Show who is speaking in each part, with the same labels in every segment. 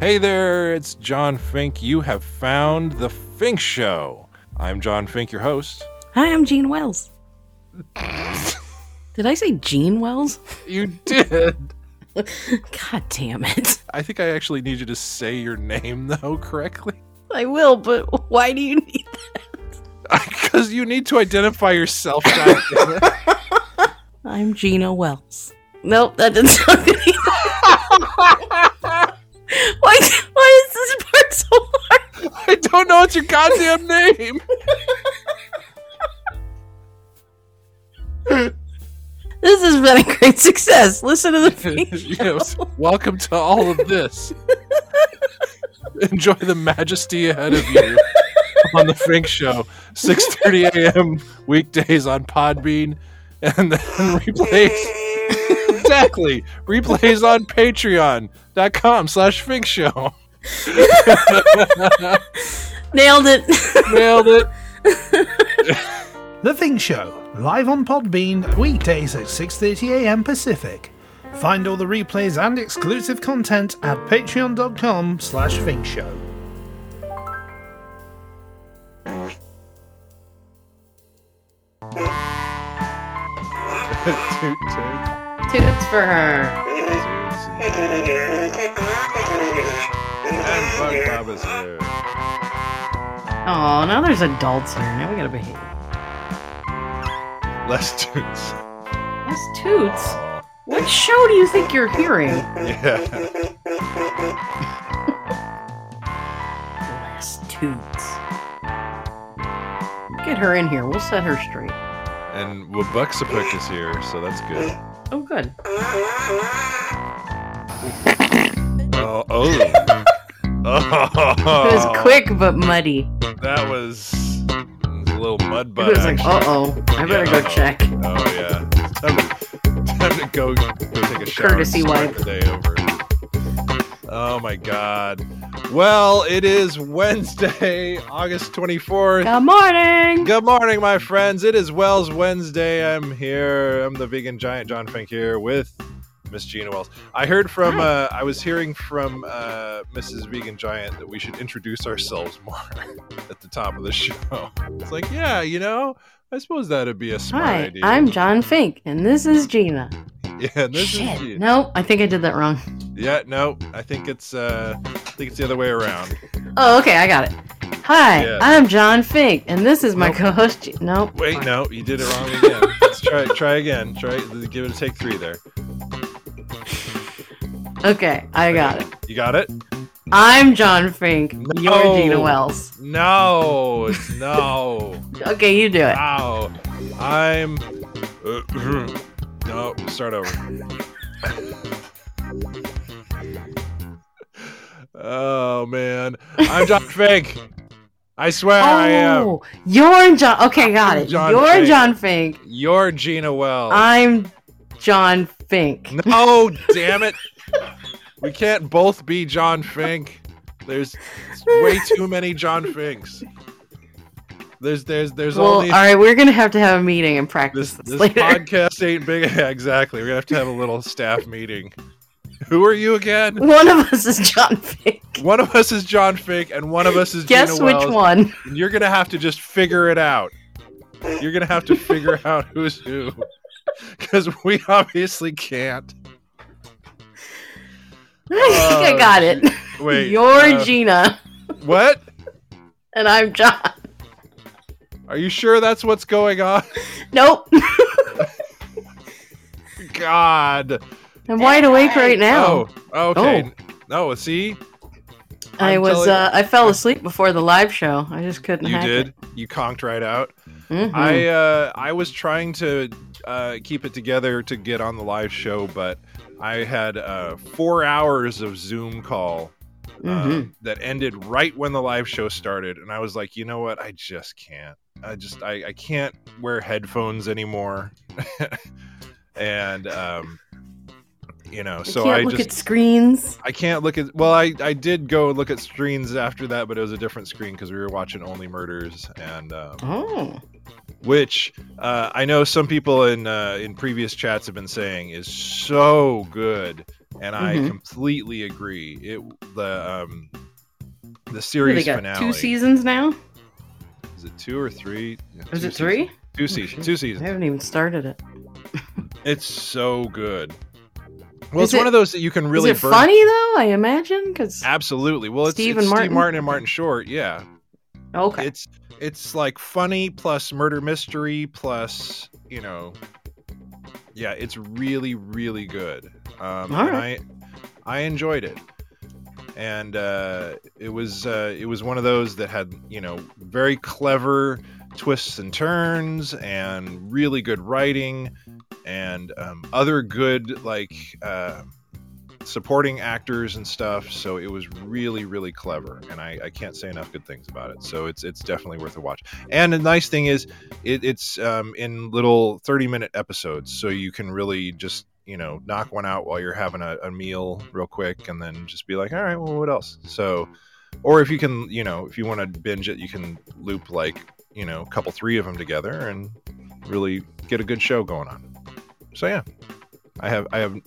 Speaker 1: Hey there, it's John Fink. You have found The Fink Show. I'm John Fink, your host.
Speaker 2: Hi, I'm Gene Wells. Did I say Gene Wells?
Speaker 1: You did.
Speaker 2: God damn it.
Speaker 1: I think I actually need you to say your name, though, correctly.
Speaker 2: I will, but why do you need
Speaker 1: Because you need to identify yourself. goddammit.
Speaker 2: I'm Gina Wells. Nope, that didn't sound good either. why, why is this part so hard?
Speaker 1: I don't know it's your goddamn name.
Speaker 2: This has been a great success. Listen to the Fink
Speaker 1: yes. Welcome to all of this. Enjoy the majesty ahead of you on the Fink Show, 6:30 a.m. weekdays on Podbean, and then replays exactly replays on Patreon.com/slash Fink Show.
Speaker 2: Nailed it.
Speaker 1: Nailed it.
Speaker 3: The Thing Show, live on Podbean, weekdays at 6.30am Pacific. Find all the replays and exclusive content at patreon.com slash thingshow.
Speaker 2: Toots for her. Oh, now there's adults here. Now we gotta behave.
Speaker 4: Less tunes.
Speaker 2: That's Toots. What show do you think you're hearing?
Speaker 4: Yeah.
Speaker 2: Last toots. Get her in here. We'll set her straight.
Speaker 4: And Wabuxapuk is here, so that's good.
Speaker 2: Oh, good.
Speaker 4: Oh. Oh. Uh,
Speaker 2: It was quick but muddy.
Speaker 4: That was a little mud
Speaker 2: It
Speaker 4: butt.
Speaker 2: was like,
Speaker 4: action.
Speaker 2: uh oh, I better go
Speaker 4: Yeah.
Speaker 2: check.
Speaker 4: Oh yeah. Time to, time to go, go take a shower.
Speaker 2: Courtesy
Speaker 4: and start
Speaker 2: wipe.
Speaker 4: the day over. Oh my god. Well, it is Wednesday, August 24th.
Speaker 2: Good morning.
Speaker 4: Good morning, my friends. It is Wells Wednesday. I'm here. I'm the vegan giant John Fink here with Miss Gina Wells. I heard from uh, I was hearing from uh, Mrs. Vegan Giant that we should introduce ourselves more at the top of the show. It's like, yeah, you know, I suppose that'd be a smart
Speaker 2: Hi,
Speaker 4: idea.
Speaker 2: I'm John Fink, and this is Gina.
Speaker 4: Yeah, this
Speaker 2: Shit.
Speaker 4: is you.
Speaker 2: No, I think I did that wrong.
Speaker 4: Yeah, no, I think it's uh, I think it's the other way around.
Speaker 2: Oh, okay, I got it. Hi,
Speaker 4: Yeah.
Speaker 2: I'm John Fink, and this is my
Speaker 4: Nope.
Speaker 2: co host. G- nope.
Speaker 4: Wait, no, you did it wrong again. Let's try try again. Try give it a take three there.
Speaker 2: Okay, I got it.
Speaker 4: You got it?
Speaker 2: I'm John Fink. You're
Speaker 4: No.
Speaker 2: Gina Wells.
Speaker 4: No, it's no.
Speaker 2: Okay, you do it.
Speaker 4: Wow, I'm. no, start over. oh man, I'm John Fink. I swear I am.
Speaker 2: Oh, you're John. Okay, got
Speaker 4: I'm
Speaker 2: it.
Speaker 4: John
Speaker 2: you're
Speaker 4: Fink.
Speaker 2: John Fink.
Speaker 4: You're Gina Wells.
Speaker 2: I'm John Fink.
Speaker 4: No, damn it. We can't both be John Fink. There's way too many John Finks. There's there's there's
Speaker 2: well,
Speaker 4: all
Speaker 2: all
Speaker 4: these
Speaker 2: right, we're gonna have to have a meeting and
Speaker 4: this
Speaker 2: practice this,
Speaker 4: this
Speaker 2: later.
Speaker 4: podcast ain't big yeah, exactly. We're gonna have to have a little staff meeting. Who are you again?
Speaker 2: One of us is John Fink.
Speaker 4: One of us is John Fink and one of us is
Speaker 2: Guess
Speaker 4: Gina
Speaker 2: which
Speaker 4: Wells.
Speaker 2: one?
Speaker 4: and You're gonna have to just figure it out. You're gonna have to figure out who's who. Cause we obviously can't.
Speaker 2: I think I
Speaker 4: Oh,
Speaker 2: got it.
Speaker 4: Wait.
Speaker 2: you're
Speaker 4: uh,
Speaker 2: Gina,
Speaker 4: What?
Speaker 2: and I'm John.
Speaker 4: Are you sure that's what's going on?
Speaker 2: Nope.
Speaker 4: God.
Speaker 2: I'm wide awake right now.
Speaker 4: Oh, okay. No, see?
Speaker 2: I
Speaker 4: I'm
Speaker 2: was.
Speaker 4: telling-
Speaker 2: Uh, I fell asleep before the live show. I just couldn't.
Speaker 4: You
Speaker 2: hack
Speaker 4: did.
Speaker 2: It.
Speaker 4: You conked right out.
Speaker 2: Mhm.
Speaker 4: I uh I was trying to uh keep it together to get on the live show, but I had uh 4 hours of Zoom call uh,
Speaker 2: Mhm.
Speaker 4: that ended right when the live show started and I was like, "You know what? I just can't. I just I I can't wear headphones anymore." and um you know, so
Speaker 2: I can't
Speaker 4: I
Speaker 2: look
Speaker 4: just
Speaker 2: at screens.
Speaker 4: I can't look at. Well, I I did go look at screens after that, but it was a different screen because we were watching Only Murders, and um,
Speaker 2: Oh,
Speaker 4: which uh, I know some people in uh, in previous chats have been saying is so good. and I
Speaker 2: Mhm.
Speaker 4: completely agree. It the um the
Speaker 2: What,
Speaker 4: series
Speaker 2: They got
Speaker 4: finale.
Speaker 2: two seasons now.
Speaker 4: Is it two or three? Yeah,
Speaker 2: Is
Speaker 4: two
Speaker 2: it three?
Speaker 4: seasons. Two seasons.
Speaker 2: shit.
Speaker 4: Two
Speaker 2: I
Speaker 4: seasons.
Speaker 2: haven't even started it.
Speaker 4: It's so good. Well,
Speaker 2: Is
Speaker 4: it's one
Speaker 2: it-
Speaker 4: of those that you can really
Speaker 2: Is it
Speaker 4: burn.
Speaker 2: funny though? I imagine because
Speaker 4: Absolutely. Well, it's
Speaker 2: Steve
Speaker 4: it's
Speaker 2: and
Speaker 4: Steve
Speaker 2: Martin?
Speaker 4: Martin and Martin Short. Yeah.
Speaker 2: okay,
Speaker 4: It's it's like funny plus murder mystery plus you know, yeah. It's really really good. Um,
Speaker 2: All
Speaker 4: and I I enjoyed it, and uh, it was uh, it was one of those that had you know very clever twists and turns and really good writing and um, other good like. Uh, supporting actors and stuff. So it was really, really clever, and I, I can't say enough good things about it. So it's it's definitely worth a watch. And the nice thing is, it, it's um, in little thirty minute episodes, so you can really just you know knock one out while you're having a, a meal real quick, and then just be like, all right, well, what else? So, or if you can, you know, if you want to binge it, you can loop like you know a couple three of them together and really get a good show going on. So yeah. I have I have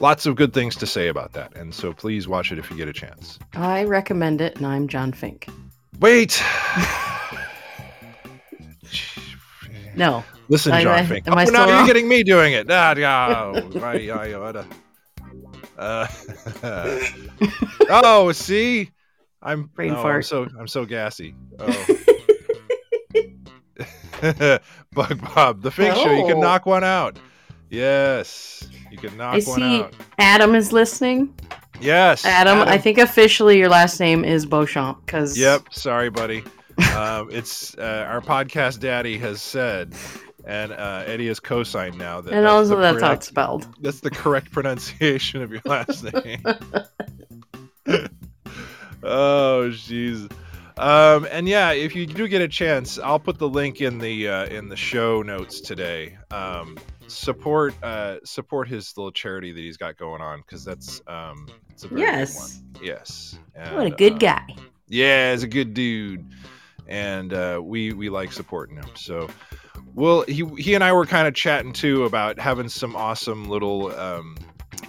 Speaker 4: lots of good things to say about that and so please watch it if you get a chance
Speaker 2: I recommend it, and I'm John Fink.
Speaker 4: wait
Speaker 2: No,
Speaker 4: listen
Speaker 2: Am
Speaker 4: john
Speaker 2: I-
Speaker 4: fink
Speaker 2: am I
Speaker 4: oh,
Speaker 2: still
Speaker 4: now you're
Speaker 2: wrong?
Speaker 4: getting me doing it ah, yeah, I- I- I- what a- uh, oh see i'm
Speaker 2: Brain
Speaker 4: no, I'm
Speaker 2: fart.
Speaker 4: so i'm so gassy oh bug bob the fink show you can
Speaker 2: Oh.
Speaker 4: knock one out yes you can knock one
Speaker 2: see-
Speaker 4: out
Speaker 2: Adam is listening.
Speaker 4: yes
Speaker 2: Adam, I think officially your last name is Beauchamp because
Speaker 4: Yep. Sorry, buddy. um, it's uh, our podcast daddy has said, and uh, Eddie has co-signed now that
Speaker 2: and
Speaker 4: that's,
Speaker 2: also
Speaker 4: the
Speaker 2: that's how
Speaker 4: correct,
Speaker 2: it's spelled.
Speaker 4: that's the correct pronunciation of your last name. oh, jeez. Um, and yeah, if you do get a chance, I'll put the link in the uh, in the show notes today. Um, support uh, support his little charity that he's got going on because that's um, it's a very
Speaker 2: Yes,
Speaker 4: good one. yes.
Speaker 2: what a
Speaker 4: And,
Speaker 2: good
Speaker 4: um,
Speaker 2: guy.
Speaker 4: yeah, he's a good dude, and uh, we we like supporting him. So, well, he he and I were kind of chatting too about having some awesome little um,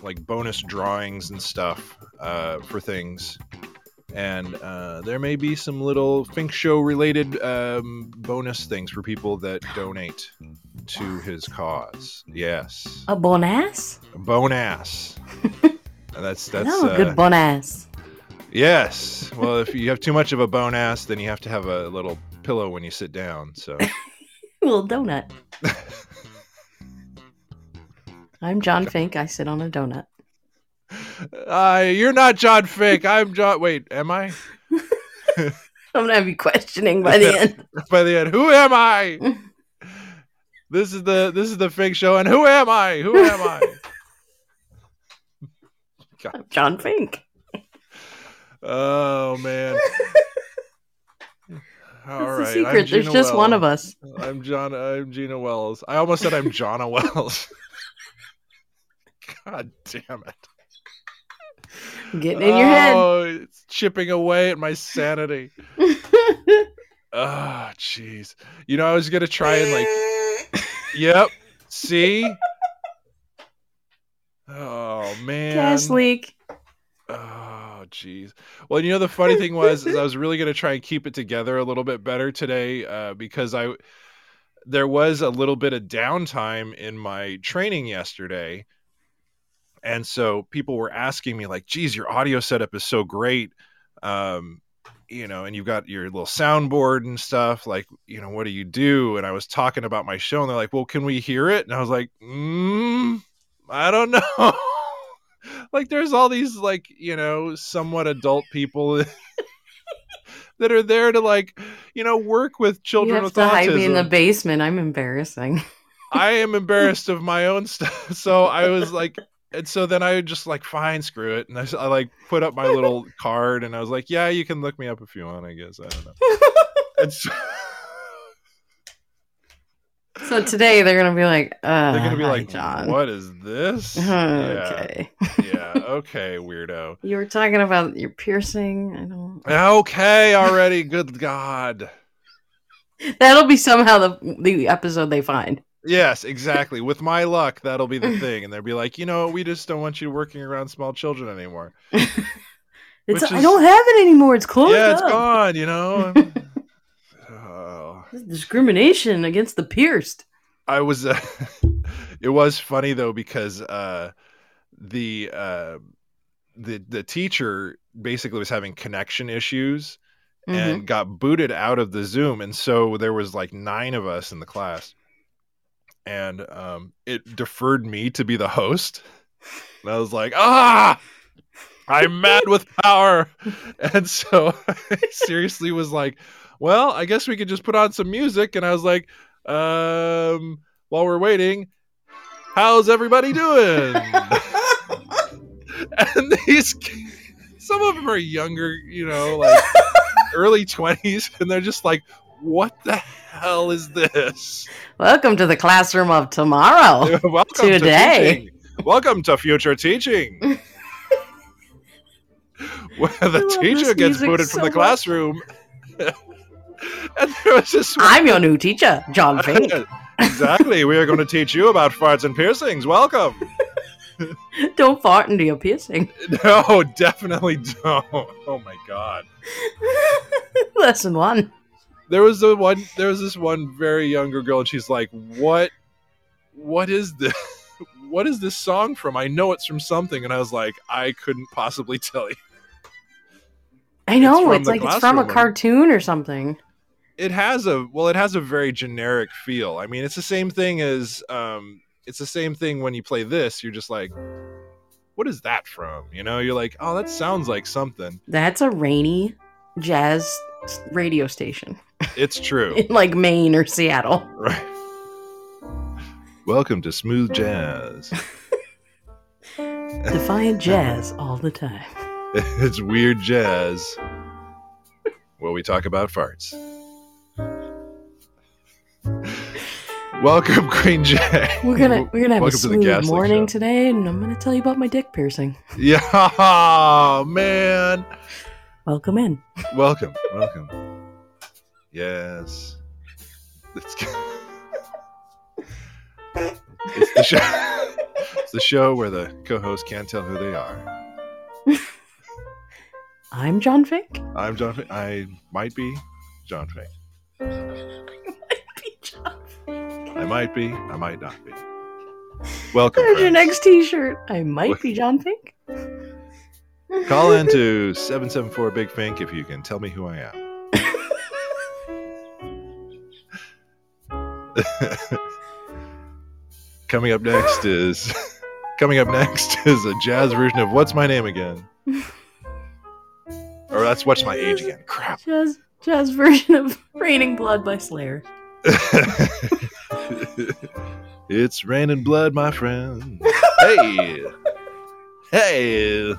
Speaker 4: like bonus drawings and stuff uh, for things. And uh, there may be some little Fink Show related um, bonus things for people that donate to his cause. Yes,
Speaker 2: A bon ass?
Speaker 4: bonass. And that's that's
Speaker 2: no, a
Speaker 4: uh,
Speaker 2: Oh, good bon ass.
Speaker 4: Yes. Well, if you have too much of a bone ass, then you have to have a little pillow when you sit down. So,
Speaker 2: little donut. I'm John Fink. I sit on a donut.
Speaker 4: uh, you're not John Fink. I'm John. Wait, am I?
Speaker 2: I'm gonna be questioning by the end.
Speaker 4: By the end, who am I? this is the this is the Fink show, and who am I? Who am I?
Speaker 2: I'm John Fink.
Speaker 4: Oh man. All right,
Speaker 2: That's the
Speaker 4: I'm
Speaker 2: secret. There's
Speaker 4: Gina
Speaker 2: just one
Speaker 4: Wells.
Speaker 2: of us.
Speaker 4: I'm John. I'm Gina Wells. I almost said I'm Jonna Wells. God damn it.
Speaker 2: Getting in your head.
Speaker 4: Oh, it's chipping away at my sanity. Oh, jeez. You know, I was gonna try and like, yep. See. Oh man.
Speaker 2: Gas leak.
Speaker 4: Oh, jeez. Well, you know, the funny thing was, is I was really gonna try and keep it together a little bit better today, uh, because I there was a little bit of downtime in my training yesterday. And so people were asking me, like, geez, your audio setup is so great. Um, you know, and you've got your little soundboard and stuff. Like, you know, what do you do? And I was talking about my show, and they're like, well, can we hear it? And I was like, mm, I don't know. like, there's all these, like, you know, somewhat adult people. that are there to like you know work with
Speaker 2: You
Speaker 4: children
Speaker 2: have
Speaker 4: with
Speaker 2: to
Speaker 4: autism
Speaker 2: hide me in the basement. I'm embarrassing.
Speaker 4: I am embarrassed of my own stuff. So I was like, and so then I just like, fine, screw it. And I, s- I, like put up my little card and I was like, yeah, you can look me up if you want, I guess. I don't know. And so-
Speaker 2: So today they're gonna be like, uh,
Speaker 4: they're going to be
Speaker 2: hi,
Speaker 4: like,
Speaker 2: John.
Speaker 4: what is this?
Speaker 2: Okay.
Speaker 4: Yeah, yeah. Okay, weirdo.
Speaker 2: You were talking about your piercing. I don't.
Speaker 4: Uh, Okay, already. Good God.
Speaker 2: That'll be somehow the the episode they find.
Speaker 4: Yes, exactly. With my luck, that'll be the thing. And they'll be like, you know, we just don't want you working around small children anymore.
Speaker 2: It's,
Speaker 4: Which
Speaker 2: I
Speaker 4: is-
Speaker 2: don't have it anymore. It's closed
Speaker 4: yeah, it's
Speaker 2: up.
Speaker 4: gone, you know? I'm- Oh.
Speaker 2: This is discrimination against the pierced.
Speaker 4: I was. Uh, it was funny though because uh, the uh, the the teacher basically was having connection issues
Speaker 2: Mm-hmm.
Speaker 4: and got booted out of the Zoom, and so there was like nine of us in the class, and um, it deferred me to be the host, and I was like, ah. I'm mad with power. And so I seriously was like, well, I guess we could just put on some music. And I was like, um, while we're waiting, how's everybody doing? and these, ki- some of them are younger, you know, like early 20s, and they're just like, what the hell is this?
Speaker 2: Welcome to the classroom of tomorrow.
Speaker 4: Welcome
Speaker 2: Oh, Today.
Speaker 4: to teaching. Welcome to future teaching. Where the
Speaker 2: love
Speaker 4: teacher
Speaker 2: this
Speaker 4: gets
Speaker 2: music
Speaker 4: booted
Speaker 2: so
Speaker 4: from the
Speaker 2: much.
Speaker 4: classroom. and there was this one
Speaker 2: I'm your new teacher, John Fink.
Speaker 4: exactly. We are going to teach you about farts and piercings. Welcome.
Speaker 2: don't fart into your piercing.
Speaker 4: No, definitely don't. Oh my god.
Speaker 2: Lesson one.
Speaker 4: There was the one. There was this one very younger girl, and she's like, "What? What is this? What is this song from? I know it's from something." And I was like, "I couldn't possibly tell you."
Speaker 2: I know
Speaker 4: from
Speaker 2: it's,
Speaker 4: the
Speaker 2: like it's from a
Speaker 4: classroom.
Speaker 2: cartoon or something.
Speaker 4: It has a well. It has a very generic feel. I mean, it's the same thing as um. It's the same thing when you play this. You're just like, "What is that from?" You know. You're like, "Oh, that sounds like something."
Speaker 2: That's a rainy jazz s- radio station
Speaker 4: It's true.
Speaker 2: in like Maine or Seattle.
Speaker 4: Right. Welcome to smooth jazz.
Speaker 2: Defiant jazz all the time.
Speaker 4: it's weird jazz. Where we talk about farts. Welcome, Queen Jay.
Speaker 2: We're gonna we're gonna have
Speaker 4: Welcome to the
Speaker 2: a smooth
Speaker 4: Gaslight
Speaker 2: morning
Speaker 4: Show.
Speaker 2: today, and I'm gonna tell you about my dick piercing.
Speaker 4: Yeah, aw, man.
Speaker 2: Welcome in.
Speaker 4: Welcome, welcome. Yes. It's, it's the show. It's the show where the co-host can't tell who they are.
Speaker 2: I'm John Fink.
Speaker 4: I'm John. Fa- I might be John Fink. I might be. I might not be. Welcome.
Speaker 2: There's your
Speaker 4: friends.
Speaker 2: next T-shirt. I might be John Fink.
Speaker 4: Call in to 774 Big Fink if you can tell me who I am. coming up next is coming up next is a jazz version of What's My Name Again. Or that's What's My Age Again. Crap.
Speaker 2: Jazz jazz version of Raining Blood by Slayer.
Speaker 4: it's raining blood, my friend. Hey, hey.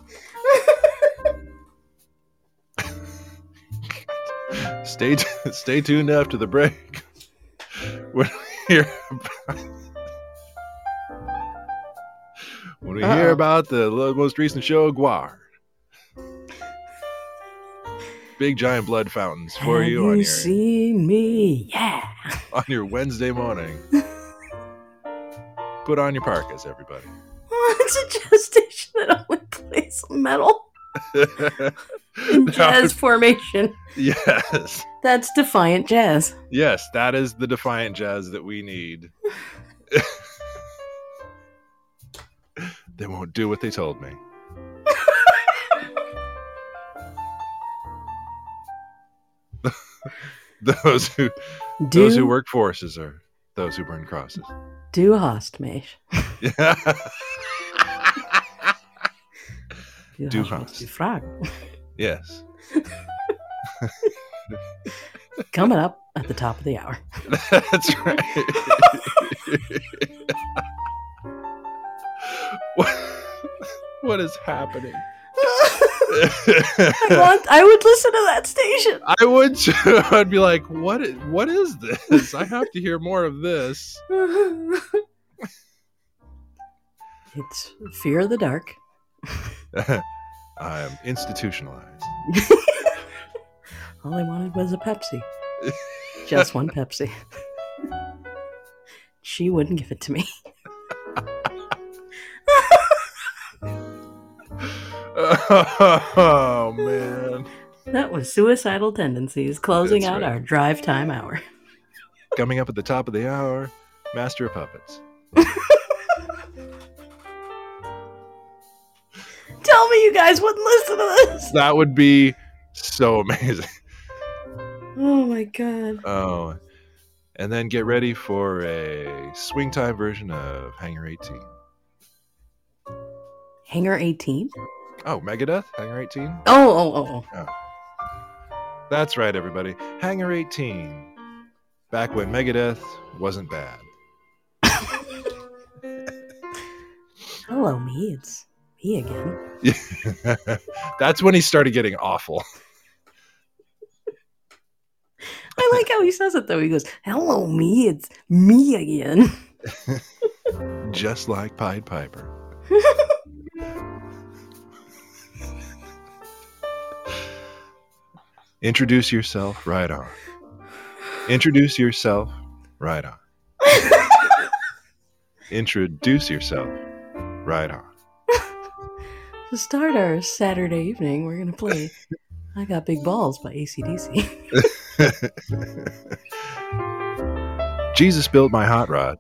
Speaker 4: stay t- stay tuned after the break. When we hear about, when we hear
Speaker 2: Uh-oh.
Speaker 4: about the lo- most recent show, Guar. Big giant blood fountains for
Speaker 2: Have
Speaker 4: you on your
Speaker 2: seen me? Yeah.
Speaker 4: on your Wednesday morning. Put on your parkas, everybody.
Speaker 2: it's a jazz station that only plays metal in
Speaker 4: No,
Speaker 2: jazz formation.
Speaker 4: yes.
Speaker 2: That's defiant jazz.
Speaker 4: Yes, that is the defiant jazz that we need. they won't do what they told me. those who
Speaker 2: Do
Speaker 4: those who work forces are those who burn crosses.
Speaker 2: do host me.
Speaker 4: Yeah. Du hast.
Speaker 2: Frag.
Speaker 4: yes.
Speaker 2: Coming up at the top of the hour.
Speaker 4: That's right. what, what is happening?
Speaker 2: I want. I would listen to that station.
Speaker 4: I would too. I'd be like, what is, what is this? I have to hear more of this.
Speaker 2: it's fear of the dark.
Speaker 4: I'm institutionalized.
Speaker 2: All I wanted was a Pepsi. Just one Pepsi. She wouldn't give it to me.
Speaker 4: Oh man,
Speaker 2: That was suicidal tendencies closing
Speaker 4: That's
Speaker 2: out
Speaker 4: right.
Speaker 2: our drive time hour.
Speaker 4: coming up at the top of the hour, Master of Puppets.
Speaker 2: Tell me you guys wouldn't listen to this.
Speaker 4: That would be so amazing.
Speaker 2: Oh my god.
Speaker 4: Oh, and then get ready for a swing time version of Hanger 18.
Speaker 2: Hanger 18?
Speaker 4: Oh, Megadeth, Hanger 18.
Speaker 2: Oh, oh, oh, oh.
Speaker 4: That's right, everybody. Hanger 18. Back when Megadeth wasn't bad.
Speaker 2: Hello, me. It's me again.
Speaker 4: That's when he started getting awful.
Speaker 2: I like how he says it, though. He goes, Hello, me. It's me again.
Speaker 4: Just like Pied Piper. Introduce yourself right on. Introduce yourself right on. Introduce yourself right on.
Speaker 2: to start our Saturday evening, we're going to play I Got Big Balls by ACDC.
Speaker 4: Jesus built my hot rod.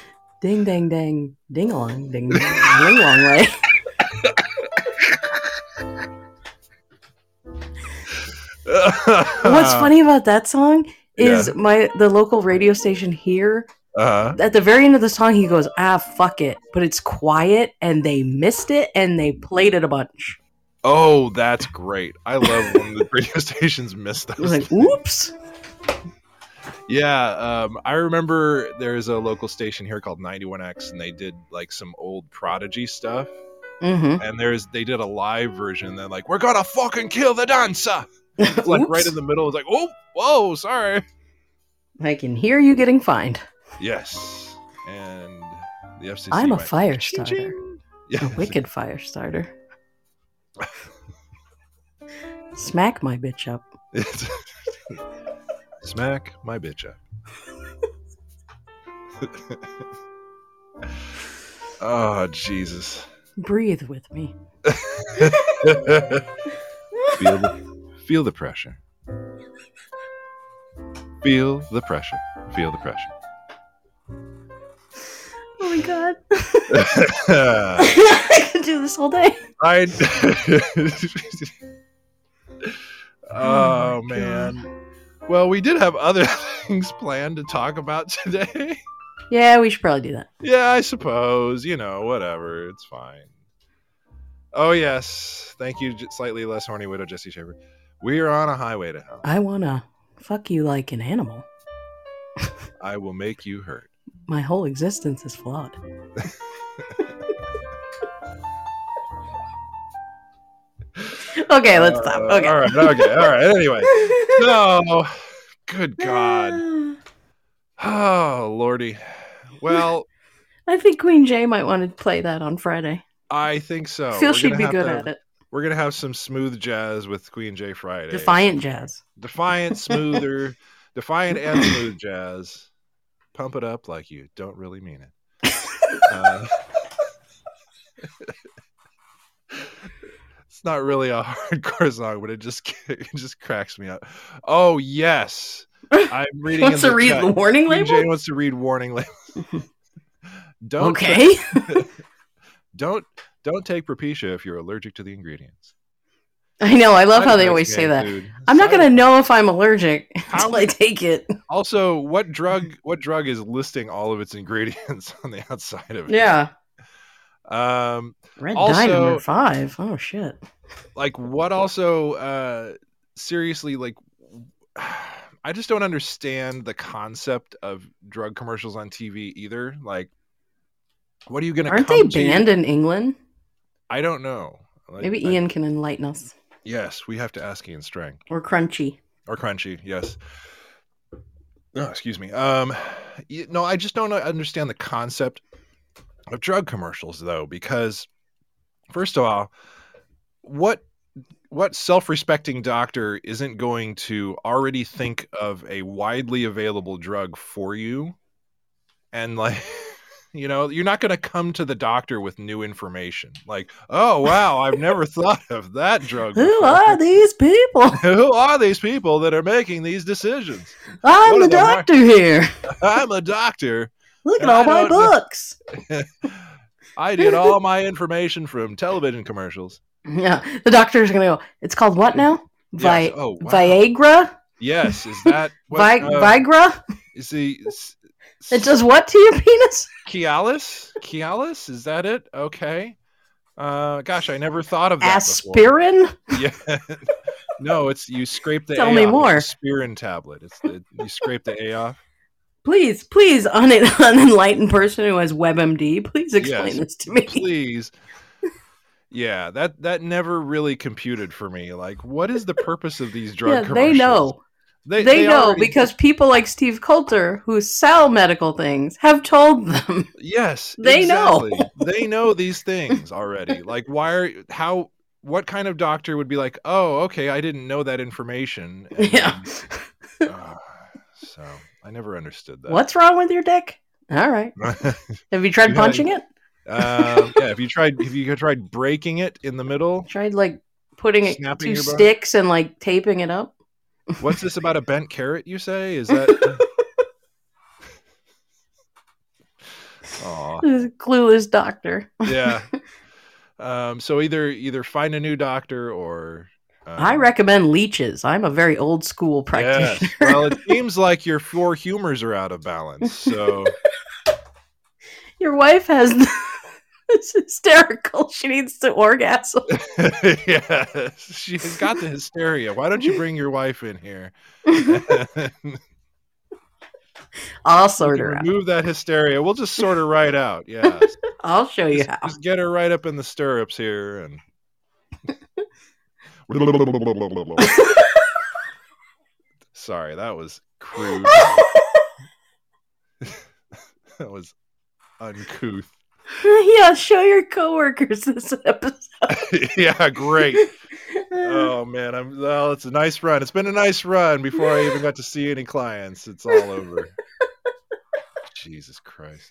Speaker 2: ding, dang, dang. Ding along. Ding, ding, ding long way. What's funny about that song is my the local radio station here
Speaker 4: Uh,
Speaker 2: at the very end of the song he goes ah fuck it but it's quiet and they missed it and they played it a bunch
Speaker 4: oh, that's great. I love when the radio stations miss
Speaker 2: it was
Speaker 4: those.
Speaker 2: like oops
Speaker 4: yeah, um, I remember there's a local station here called 91X, and they did like some old Prodigy stuff.
Speaker 2: mm-hmm.
Speaker 4: And there's they did a live version. They're like, "We're gonna fucking kill the dancer!" It's like right in the middle. It's like, "Oh, whoa, sorry."
Speaker 2: i can hear you getting fined
Speaker 4: Yes, and the FCC.
Speaker 2: i'm a
Speaker 4: went,
Speaker 2: fire
Speaker 4: "Ching,
Speaker 2: starter
Speaker 4: ching."
Speaker 2: a
Speaker 4: Yeah,
Speaker 2: wicked fire starter smack my bitch up
Speaker 4: It's- Smack my bitch up. oh Jesus!
Speaker 2: breathe with me
Speaker 4: feel, the, feel the pressure. Feel the pressure. Feel the
Speaker 2: oh my god
Speaker 4: pressure.
Speaker 2: i can do this all day
Speaker 4: I.
Speaker 2: Oh,
Speaker 4: oh
Speaker 2: my
Speaker 4: man. Oh Well, we did have other things planned to talk about today.
Speaker 2: yeah we should probably do that
Speaker 4: Yeah, I suppose. You know, whatever. It's fine. Oh, yes. Thank you, J- slightly less horny widow Jesse Shaver. We're on a highway to hell.
Speaker 2: i wanna fuck you like an animal
Speaker 4: I will make you hurt.
Speaker 2: my whole existence is flawed okay let's stop
Speaker 4: Uh,
Speaker 2: okay
Speaker 4: All right. Okay. All right. Anyway. No. Good God. Oh, Lordy. Well,
Speaker 2: I think Queen Jay might want to play that on Friday.
Speaker 4: I think so.
Speaker 2: Feel
Speaker 4: Oh, We're
Speaker 2: she'd
Speaker 4: gonna
Speaker 2: be
Speaker 4: have
Speaker 2: good
Speaker 4: to-
Speaker 2: at it.
Speaker 4: We're going to have some smooth jazz with Queen J Friday.
Speaker 2: Defiant jazz.
Speaker 4: Defiant, smoother, defiant and smooth jazz. Pump it up like you don't really mean it. Uh, it's not really a hardcore song, but it just it just cracks me up. Oh yes, I'm reading.
Speaker 2: Wants
Speaker 4: in
Speaker 2: to
Speaker 4: the
Speaker 2: read
Speaker 4: chat.
Speaker 2: the warning
Speaker 4: Queen
Speaker 2: label?
Speaker 4: Jane wants to read warning label. don't
Speaker 2: Okay.
Speaker 4: don't don't take propecia if you're allergic to the ingredients.
Speaker 2: I know. I love how they
Speaker 4: Side
Speaker 2: always
Speaker 4: effects may
Speaker 2: say that.
Speaker 4: include
Speaker 2: I'm not
Speaker 4: side
Speaker 2: going to know if I'm allergic
Speaker 4: How-
Speaker 2: until I take it.
Speaker 4: Also, what drug what drug is listing all of its ingredients on the outside of it?
Speaker 2: Yeah.
Speaker 4: Um
Speaker 2: Red
Speaker 4: Also-
Speaker 2: dye number five. Oh, shit.
Speaker 4: like what also uh seriously like I just don't understand the concept of drug commercials on TV either. Like what are you going to
Speaker 2: Aren't they banned in England?
Speaker 4: I don't know. Like,
Speaker 2: Maybe
Speaker 4: I-
Speaker 2: Ian can enlighten us.
Speaker 4: yes, we have to ask Ian String.
Speaker 2: Or Crunchy.
Speaker 4: or crunchy yes oh, excuse me um y- no i just don't understand the concept of drug commercials though because first of all what what self-respecting doctor isn't going to already think of a widely available drug for you and like you know you're not going to come to the doctor with new information like oh wow i've never thought of that drug
Speaker 2: Who
Speaker 4: before."
Speaker 2: are these people?
Speaker 4: who are these people that are making these decisions
Speaker 2: I'm
Speaker 4: One
Speaker 2: the
Speaker 4: of them are-
Speaker 2: doctor here.
Speaker 4: i'm a doctor
Speaker 2: Look at
Speaker 4: And
Speaker 2: all
Speaker 4: I
Speaker 2: my
Speaker 4: don't know-
Speaker 2: books.
Speaker 4: i get all my information from television commercials
Speaker 2: Yeah, the doctor's gonna go. It's called what now? Vi-
Speaker 4: Yes. oh wow.
Speaker 2: Viagra.
Speaker 4: yes is that what,
Speaker 2: Vi-
Speaker 4: uh,
Speaker 2: Viagra.
Speaker 4: is the s-
Speaker 2: It does what to your penis?
Speaker 4: Cialis? Cialis? Is that it? Okay. Uh, gosh, I never thought of that. before.
Speaker 2: Aspirin.
Speaker 4: Yeah. no, it's you scrape the
Speaker 2: Tell
Speaker 4: A
Speaker 2: me
Speaker 4: off. It's
Speaker 2: more.
Speaker 4: a aspirin tablet. It's the, you scrape the A off.
Speaker 2: Please, please, un- unenlightened person who has WebMD, please explain
Speaker 4: Yes.
Speaker 2: this to me.
Speaker 4: Please. Yeah, that that never really computed for me. Like, what is the purpose of these drug
Speaker 2: Yeah, they
Speaker 4: commercials?
Speaker 2: know. They, know
Speaker 4: already-
Speaker 2: because people like Steve Coulter, who sell medical things, have told them.
Speaker 4: Yes,
Speaker 2: They know.
Speaker 4: exactly. they know these things already. Like, why are how? What kind of doctor would be like, oh, okay, I didn't know that information. and
Speaker 2: Yeah.
Speaker 4: Ah, so I never understood that.
Speaker 2: What's wrong with your dick? All right. Have you
Speaker 4: You
Speaker 2: tried
Speaker 4: know,
Speaker 2: punching it?
Speaker 4: um, yeah, if you tried, if you tried breaking it in the middle,
Speaker 2: Tried like putting it
Speaker 4: Snapping
Speaker 2: two
Speaker 4: your bone?
Speaker 2: sticks and like taping it up?
Speaker 4: what's this about a bent carrot? You say is that? Aw,
Speaker 2: This clueless doctor.
Speaker 4: yeah. Um, so either either find a new doctor or um,
Speaker 2: I recommend leeches. I'm a very old school
Speaker 4: yes.
Speaker 2: practitioner.
Speaker 4: Well, it seems like your four humors are out of balance. So
Speaker 2: Your wife has. it's hysterical. She needs to orgasm.
Speaker 4: yeah, she's got the hysteria. Why don't you bring your wife in here?
Speaker 2: I'll sort
Speaker 4: can
Speaker 2: her out.
Speaker 4: remove that hysteria. We'll just sort her right out. Yeah.
Speaker 2: I'll show you
Speaker 4: just,
Speaker 2: how.
Speaker 4: just get her right up in the stirrups here and Sorry, that was crude. that was uncouth.
Speaker 2: yeah, show your coworkers this episode.
Speaker 4: yeah, great. Oh man, I'm well, it's a nice run. It's been a nice run before I even got to see any clients. It's all over. Jesus Christ.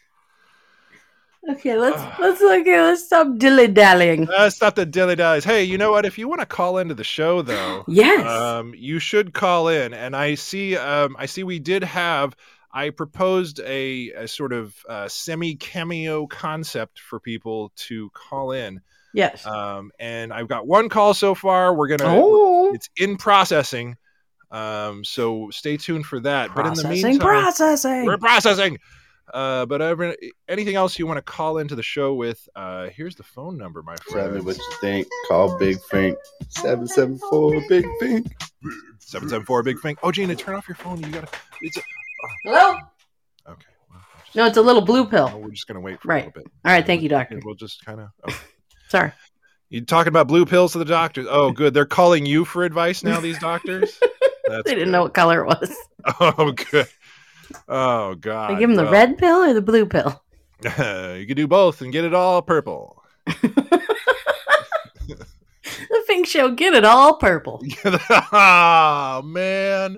Speaker 2: okay, let's let's look at let's stop dilly dallying.
Speaker 4: Uh, stop the dilly dallies. Hey, you know what? If you want to call into the show though,
Speaker 2: Yes.
Speaker 4: Um, you should call in, and I see. Um, I see. We did have. I proposed a, a sort of uh, semi cameo concept for people to call in,
Speaker 2: yes.
Speaker 4: um, and I've got one call so far. We're gonna.
Speaker 2: oh,
Speaker 4: It's in processing, um, so stay tuned for that. but in the
Speaker 2: processing,
Speaker 4: meantime,
Speaker 2: processing.
Speaker 4: we're processing. Uh, but ever, anything else you want to call into the show with? Uh, here's the phone number, my
Speaker 5: Tell me
Speaker 4: friend.
Speaker 5: what you think. Call Big Fink. 774 Big Fink.
Speaker 4: Seven seven four big thing. Oh, Gina, turn off your phone. You gotta. It's
Speaker 2: Hello.
Speaker 4: okay. well, I'll just-
Speaker 2: No, it's a little blue pill.
Speaker 4: Well,
Speaker 2: All
Speaker 4: we're just going to wait for
Speaker 2: Right.
Speaker 4: a little bit.
Speaker 2: right, thank you, doctor.
Speaker 4: And We'll just kind of.
Speaker 2: Sorry.
Speaker 4: You talking about blue pills to the doctors? Oh, good. They're calling you for advice now. These doctors. That's
Speaker 2: They didn't
Speaker 4: good.
Speaker 2: know what color it was.
Speaker 4: Oh, good. Oh God.
Speaker 2: They give him the
Speaker 4: Well,
Speaker 2: red pill or the blue pill.
Speaker 4: you can do both and get it all purple.
Speaker 2: The Fink Show, get it all purple.
Speaker 4: oh man.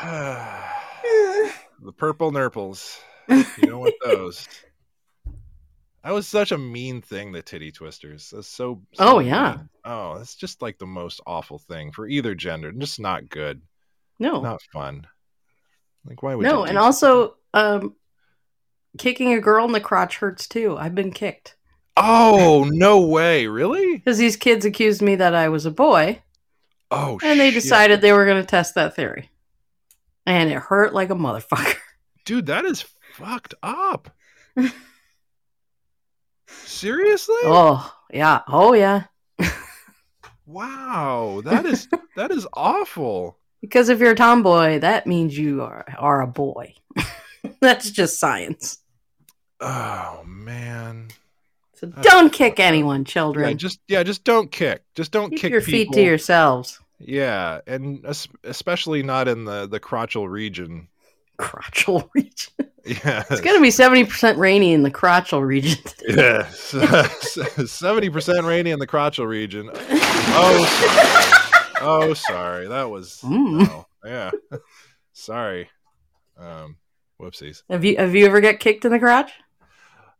Speaker 4: the purple nurples. You don't want those. That was such a mean thing, the titty twisters. That's so. so
Speaker 2: Oh, yeah.
Speaker 4: mean. Oh, that's just like the most awful thing for either gender. Just not good.
Speaker 2: No,
Speaker 4: Not fun. Like why would
Speaker 2: no,
Speaker 4: you
Speaker 2: and
Speaker 4: do
Speaker 2: also, um, kicking a girl in the crotch hurts too. I've been kicked
Speaker 4: Oh no way! Really?
Speaker 2: because these kids accused me that I was a boy,
Speaker 4: Oh,
Speaker 2: and they
Speaker 4: shit.
Speaker 2: decided they were going to test that theory, and it hurt like a motherfucker.
Speaker 4: dude, that is fucked up. Seriously?
Speaker 2: Oh yeah, oh yeah.
Speaker 4: Wow, that is that is awful.
Speaker 2: Because if you're a tomboy, that means you are are a boy. That's just science.
Speaker 4: Oh man.
Speaker 2: So
Speaker 4: That's
Speaker 2: don't kick anyone,
Speaker 4: Yeah,
Speaker 2: children.
Speaker 4: just yeah, just don't kick. Just don't
Speaker 2: Keep
Speaker 4: kick
Speaker 2: your feet
Speaker 4: people.
Speaker 2: to yourselves.
Speaker 4: Yeah, and es- especially not in the the crotchal region.
Speaker 2: Crotchal region.
Speaker 4: Yeah.
Speaker 2: It's going to be 70% rainy in the crotchal region.
Speaker 4: Yes. 70% rainy in the crotchal region. Oh, sorry. oh, sorry. That was
Speaker 2: Mm.
Speaker 4: no. yeah. sorry. Um, whoopsies.
Speaker 2: Have you have you ever got kicked in the crotch?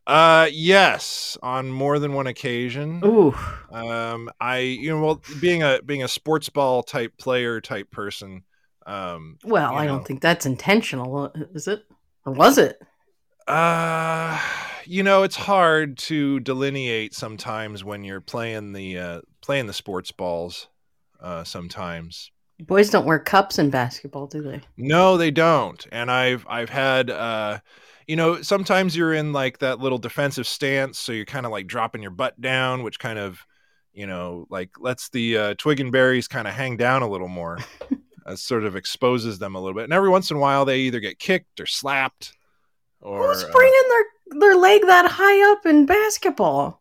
Speaker 4: Uh, yes, on more than one occasion.
Speaker 2: Ooh.
Speaker 4: Um, I you know, well, being a being a sports ball type player type person. Um,
Speaker 2: Well,
Speaker 4: You
Speaker 2: I
Speaker 4: know.
Speaker 2: don't think that's intentional, uh, is it? Or was it?
Speaker 4: uh, you know, it's hard to delineate sometimes when you're playing the uh, playing the sports balls. Uh, sometimes
Speaker 2: Boys don't wear cups in basketball, do they?
Speaker 4: No, they don't. And I've I've had uh you know, sometimes you're in like that little defensive stance, so you're kind of like dropping your butt down, which kind of, you know, like lets the uh, twig and berries kind of hang down a little more. uh, sort of exposes them a little bit. And every once in a while they either get kicked or slapped or
Speaker 2: Who's
Speaker 4: uh,
Speaker 2: bringing their their leg that high up in basketball?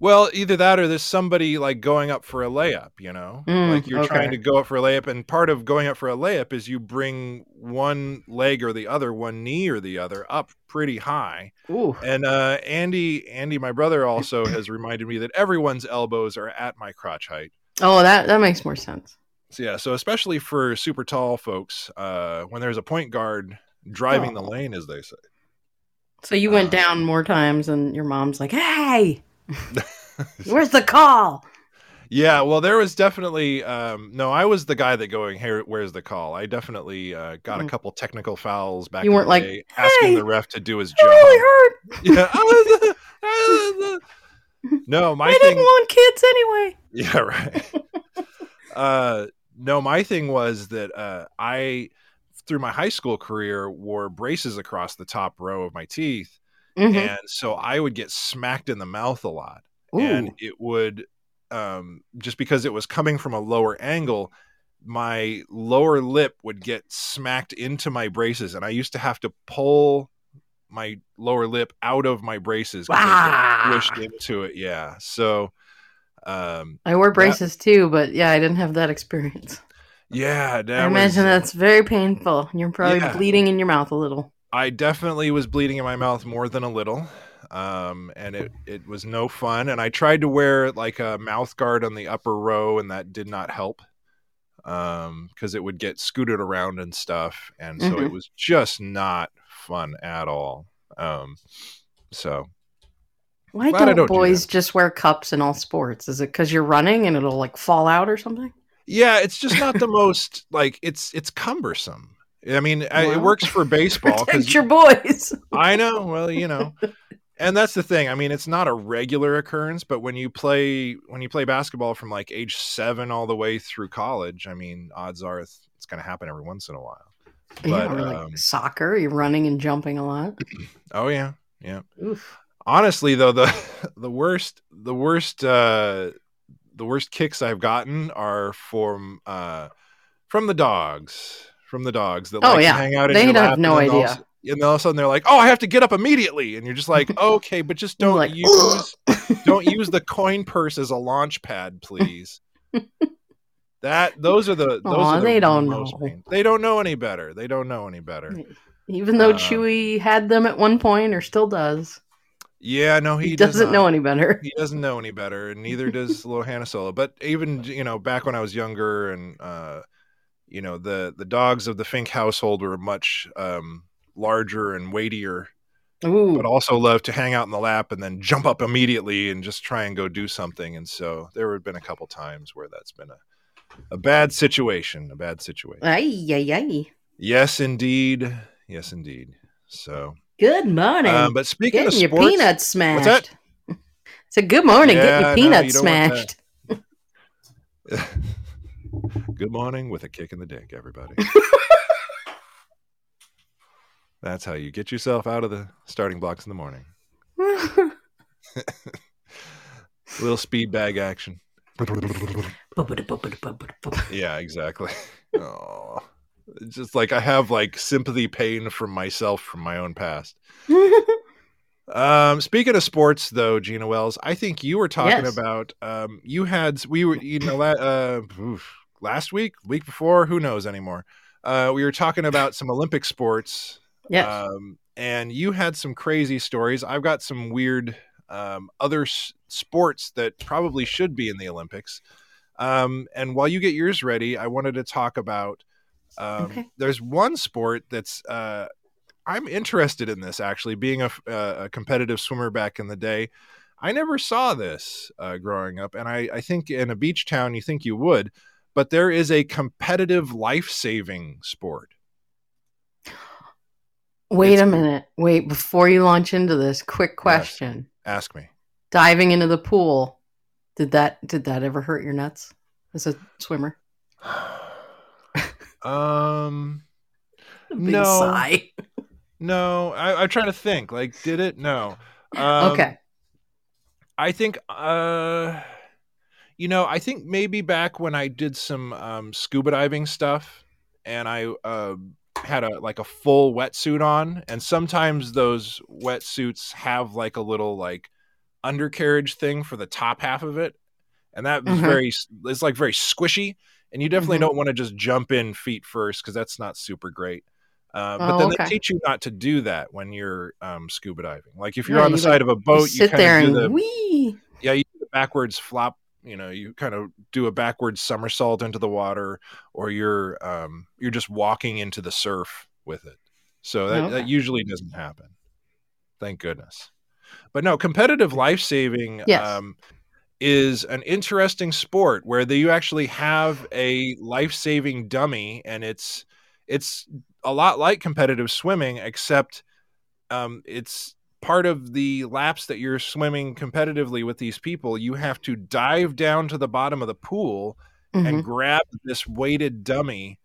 Speaker 4: Well, either that or there's somebody like going up for a layup, you know?
Speaker 2: Mm,
Speaker 4: like you're trying
Speaker 2: okay.
Speaker 4: to go up for a layup, and part of going up for a layup is you bring one leg or the other, one knee or the other up pretty high.
Speaker 2: Ooh.
Speaker 4: And uh Andy, Andy, my brother also has reminded me that everyone's elbows are at my crotch height.
Speaker 2: Oh, that that makes more sense.
Speaker 4: So yeah, so especially for super tall folks, uh when there's a point guard driving the
Speaker 2: Oh.
Speaker 4: lane, as they say.
Speaker 2: So you went
Speaker 4: Uh,
Speaker 2: down more times, and your mom's like, "Hey, where's the call?"
Speaker 4: Yeah, well, there was definitely um, no. I was the guy that going here. Where's the call? I definitely uh, got a
Speaker 2: Mm.
Speaker 4: couple technical fouls back.
Speaker 2: You
Speaker 4: in
Speaker 2: weren't
Speaker 4: the
Speaker 2: like,
Speaker 4: day, asking
Speaker 2: "Hey,
Speaker 4: the ref to do his
Speaker 2: It
Speaker 4: job.
Speaker 2: really hurt.
Speaker 4: yeah, I was, I was- no, my
Speaker 2: I
Speaker 4: thing.
Speaker 2: didn't want kids anyway.
Speaker 4: yeah, right. uh, no, my thing was that uh, I, through my high school career, wore braces across the top row of my teeth,
Speaker 2: Mhm.
Speaker 4: and so I would get smacked in the mouth a lot and
Speaker 2: Ooh.
Speaker 4: it would um, just because it was coming from a lower angle my lower lip would get smacked into my braces and i used to have to pull my lower lip out of my braces 'cause
Speaker 2: Wow.
Speaker 4: it pushed into it yeah so um
Speaker 2: I wore braces too, but yeah, I didn't have that experience.
Speaker 4: yeah that
Speaker 2: I
Speaker 4: was- uh,
Speaker 2: imagine that's very painful. You're probably
Speaker 4: Yeah.
Speaker 2: bleeding in your mouth a little.
Speaker 4: I definitely was bleeding in my mouth more than a little. Um, and it, it was no fun. And I tried to wear like a mouth guard on the upper row, and that did not help um, because it would get scooted around and stuff. And so it
Speaker 2: Mhm.
Speaker 4: was just not fun at all. Um, so
Speaker 2: Why
Speaker 4: Glad I
Speaker 2: don't,
Speaker 4: don't do
Speaker 2: boys
Speaker 4: that.
Speaker 2: just wear cups in all sports? Is it because you're running and it'll like fall out or something?
Speaker 4: yeah, it's just not the most like it's it's cumbersome. I mean, I, it
Speaker 2: Well,
Speaker 4: works for baseball
Speaker 2: Protect
Speaker 4: because
Speaker 2: your boys.
Speaker 4: I know. Well, you know, and that's the thing. I mean, it's not a regular occurrence, but when you play when you play basketball from like age seven all the way through college, I mean, odds are it's, it's going to happen every once in a while.
Speaker 2: yeah,
Speaker 4: But
Speaker 2: or like
Speaker 4: um,
Speaker 2: soccer, you're running and jumping a lot.
Speaker 4: oh yeah, yeah.
Speaker 2: Oof.
Speaker 4: Honestly, though the the worst the worst uh, the worst kicks I've gotten are from uh, from the dogs from the dogs that
Speaker 2: Oh,
Speaker 4: like to
Speaker 2: yeah.
Speaker 4: hang out. in
Speaker 2: They
Speaker 4: your
Speaker 2: don't have
Speaker 4: lap,
Speaker 2: no
Speaker 4: and then all of a
Speaker 2: idea.
Speaker 4: su- and then all of a sudden they're like, "Oh, I have to get up immediately," and you're just like, "Okay, but just
Speaker 2: You're
Speaker 4: don't
Speaker 2: like,
Speaker 4: use." don't use the coin purse as a launch pad, please. that those are the those
Speaker 2: Aw,
Speaker 4: are the
Speaker 2: they don't
Speaker 4: most
Speaker 2: know.
Speaker 4: pain- They don't know any better. They don't know any better.
Speaker 2: Even though
Speaker 4: Uh,
Speaker 2: Chewy had them at one point or still does,
Speaker 4: Yeah, no,
Speaker 2: he,
Speaker 4: he, does
Speaker 2: doesn't
Speaker 4: not.
Speaker 2: know any better.
Speaker 4: He doesn't know any better, and neither does little Hannah Solo. But even you know, back when I was younger, and uh, you know, the the dogs of the Fink household were much um, larger and weightier,
Speaker 2: Ooh.
Speaker 4: but also loved to hang out in the lap and then jump up immediately and just try and go do something. And so there have been a couple times where that's been a a bad situation, a bad situation.
Speaker 2: Ay, ay, ay.
Speaker 4: Yes, indeed. Yes, indeed. So,
Speaker 2: Good morning.
Speaker 4: um, but speaking
Speaker 2: getting
Speaker 4: of
Speaker 2: your
Speaker 4: sports,
Speaker 2: peanuts
Speaker 4: What's
Speaker 2: smashed.
Speaker 4: that?
Speaker 2: It's a good morning.
Speaker 4: Yeah,
Speaker 2: getting
Speaker 4: no,
Speaker 2: your
Speaker 4: you
Speaker 2: peanuts
Speaker 4: don't want that.
Speaker 2: smashed.
Speaker 4: good morning with a kick in the dick, everybody. That's how you get yourself out of the starting blocks in the morning. A little speed bag action. Yeah, exactly. Oh, it's just like I have like sympathy pain from myself from my own past. Um, speaking of sports, though, Gina Wells, I think you were talking
Speaker 2: Yes.
Speaker 4: about um, you had we were you know la- uh, oof, last week, week before, who knows anymore. Uh, we were talking about some Olympic sports,
Speaker 2: yes.
Speaker 4: um, and you had some crazy stories. I've got some weird um, other s- sports that probably should be in the Olympics. Um, and while you get yours ready, I wanted to talk about. Um,
Speaker 2: Okay.
Speaker 4: There's one sport that's uh, I'm interested in this actually. Being a, f- uh, a competitive swimmer back in the day, I never saw this uh, growing up, and I, I think in a beach town you think you would, but there is a competitive life saving sport.
Speaker 2: Wait
Speaker 4: It's-
Speaker 2: a minute. Wait, before you launch into this, quick question.
Speaker 4: Ask me.
Speaker 2: Diving into the pool, did that did that ever hurt your nuts as a swimmer?
Speaker 4: um.
Speaker 2: A big
Speaker 4: No.
Speaker 2: sigh.
Speaker 4: No, I, I'm trying to think. Like, did it? No. Um,
Speaker 2: okay.
Speaker 4: I think, uh, you know, I think maybe back when I did some um, scuba diving stuff, and I uh, had a like a full wetsuit on, and sometimes those wetsuits have like a little like undercarriage thing for the top half of it, and that was
Speaker 2: Mhm.
Speaker 4: very it's like very squishy, and you definitely
Speaker 2: Mhm.
Speaker 4: don't want to just jump in feet first because that's not super great. Uh, but
Speaker 2: Oh,
Speaker 4: then
Speaker 2: okay.
Speaker 4: they teach you not to do that when you're um, scuba diving. Like if you're
Speaker 2: Yeah,
Speaker 4: on the
Speaker 2: you,
Speaker 4: side of a
Speaker 2: You
Speaker 4: boat, you
Speaker 2: sit
Speaker 4: kind
Speaker 2: there
Speaker 4: of do
Speaker 2: and
Speaker 4: the
Speaker 2: wee.
Speaker 4: yeah, you do the backwards flop. You know, you kind of do a backwards somersault into the water, or you're um, you're just walking into the surf with it. So that, that
Speaker 2: Okay.
Speaker 4: usually doesn't happen. Thank goodness. But no, competitive life saving
Speaker 2: Yes.
Speaker 4: um, is an interesting sport where the, you actually have a life saving dummy, and it's it's a lot like competitive swimming, except um, it's part of the laps that you're swimming competitively with these people. You have to dive down to the bottom of the pool
Speaker 2: Mhm.
Speaker 4: and grab this weighted dummy,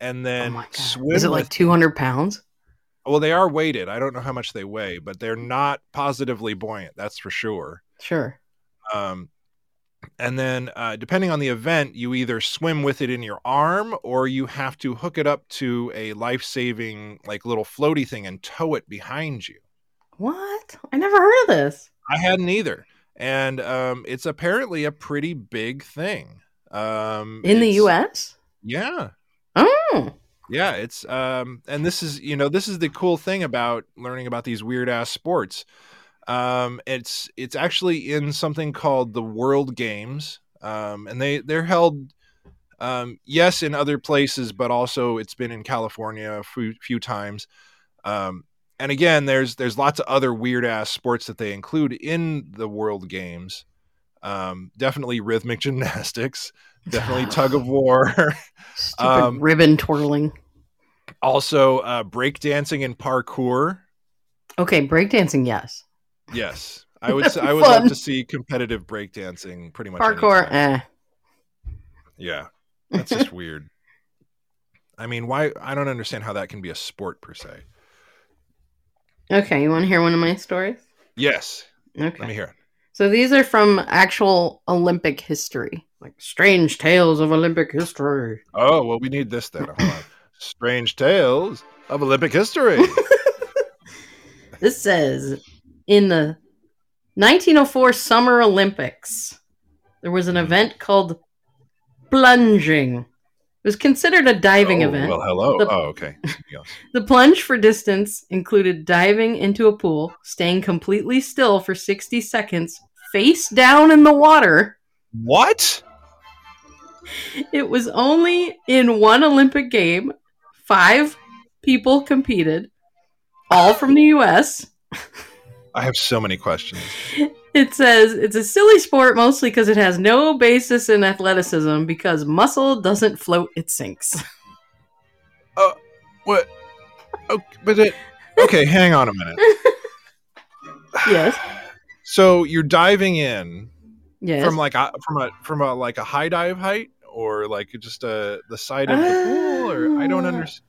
Speaker 4: and
Speaker 2: Oh
Speaker 4: then
Speaker 2: my god.
Speaker 4: swim.
Speaker 2: Is it
Speaker 4: with-
Speaker 2: like 200 pounds?
Speaker 4: well, they are weighted. I don't know how much they weigh, but they're not positively buoyant. That's for sure.
Speaker 2: Sure.
Speaker 4: Um, and then, uh, depending on the event, you either swim with it in your arm or you have to hook it up to a life saving, like little floaty thing and tow it behind you.
Speaker 2: What? I never heard of this.
Speaker 4: I hadn't either. And um, it's apparently a pretty big thing. Um,
Speaker 2: In the
Speaker 4: it's-
Speaker 2: US?
Speaker 4: Yeah.
Speaker 2: Oh.
Speaker 4: Yeah. It's, um, and this is, you know, this is the cool thing about learning about these weird ass sports. Um, it's, it's actually in something called the World Games. Um, and they, they're held, um, yes, in other places, but also it's been in California a few, few times. Um, and again, there's there's lots of other weird ass sports that they include in the World Games. Um, definitely rhythmic gymnastics, definitely tug of war,
Speaker 2: Stupid
Speaker 4: Um,
Speaker 2: ribbon twirling.
Speaker 4: also uh, break dancing and parkour.
Speaker 2: Okay, breakdancing, yes.
Speaker 4: Yes, I would. s- I would
Speaker 2: Fun.
Speaker 4: love to see competitive breakdancing. Pretty much
Speaker 2: Parkour,
Speaker 4: anytime.
Speaker 2: eh.
Speaker 4: Yeah, that's just weird. I mean, why? I don't understand how that can be a sport per se.
Speaker 2: Okay, you want to hear one of my stories?
Speaker 4: Yes,
Speaker 2: Okay.
Speaker 4: let me hear it.
Speaker 2: So these are from actual Olympic history, like strange tales of Olympic history.
Speaker 4: Oh well, we need this then. Hold on. Strange tales of Olympic history.
Speaker 2: This says in the 1904 Summer Olympics, there was
Speaker 4: Hmm.
Speaker 2: an event called plunging. It was considered a diving
Speaker 4: Oh,
Speaker 2: event.
Speaker 4: Well, hello.
Speaker 2: The-
Speaker 4: Oh, okay.
Speaker 2: The plunge for distance included diving into a pool, staying completely still for 60 seconds, face down in the water.
Speaker 4: What?
Speaker 2: It was only in one Olympic game. Five people competed, all from the U.S.
Speaker 4: I have so many questions.
Speaker 2: It says it's a silly sport mostly because it has no basis in athleticism because muscle doesn't float, it sinks.
Speaker 4: What? Oh, but it. Okay, hang on a minute.
Speaker 2: yes.
Speaker 4: So you're diving in
Speaker 2: Yes.
Speaker 4: from like a, from a from a like a high dive height, or like just uh the side of the
Speaker 2: Ah.
Speaker 4: pool, or I don't understand.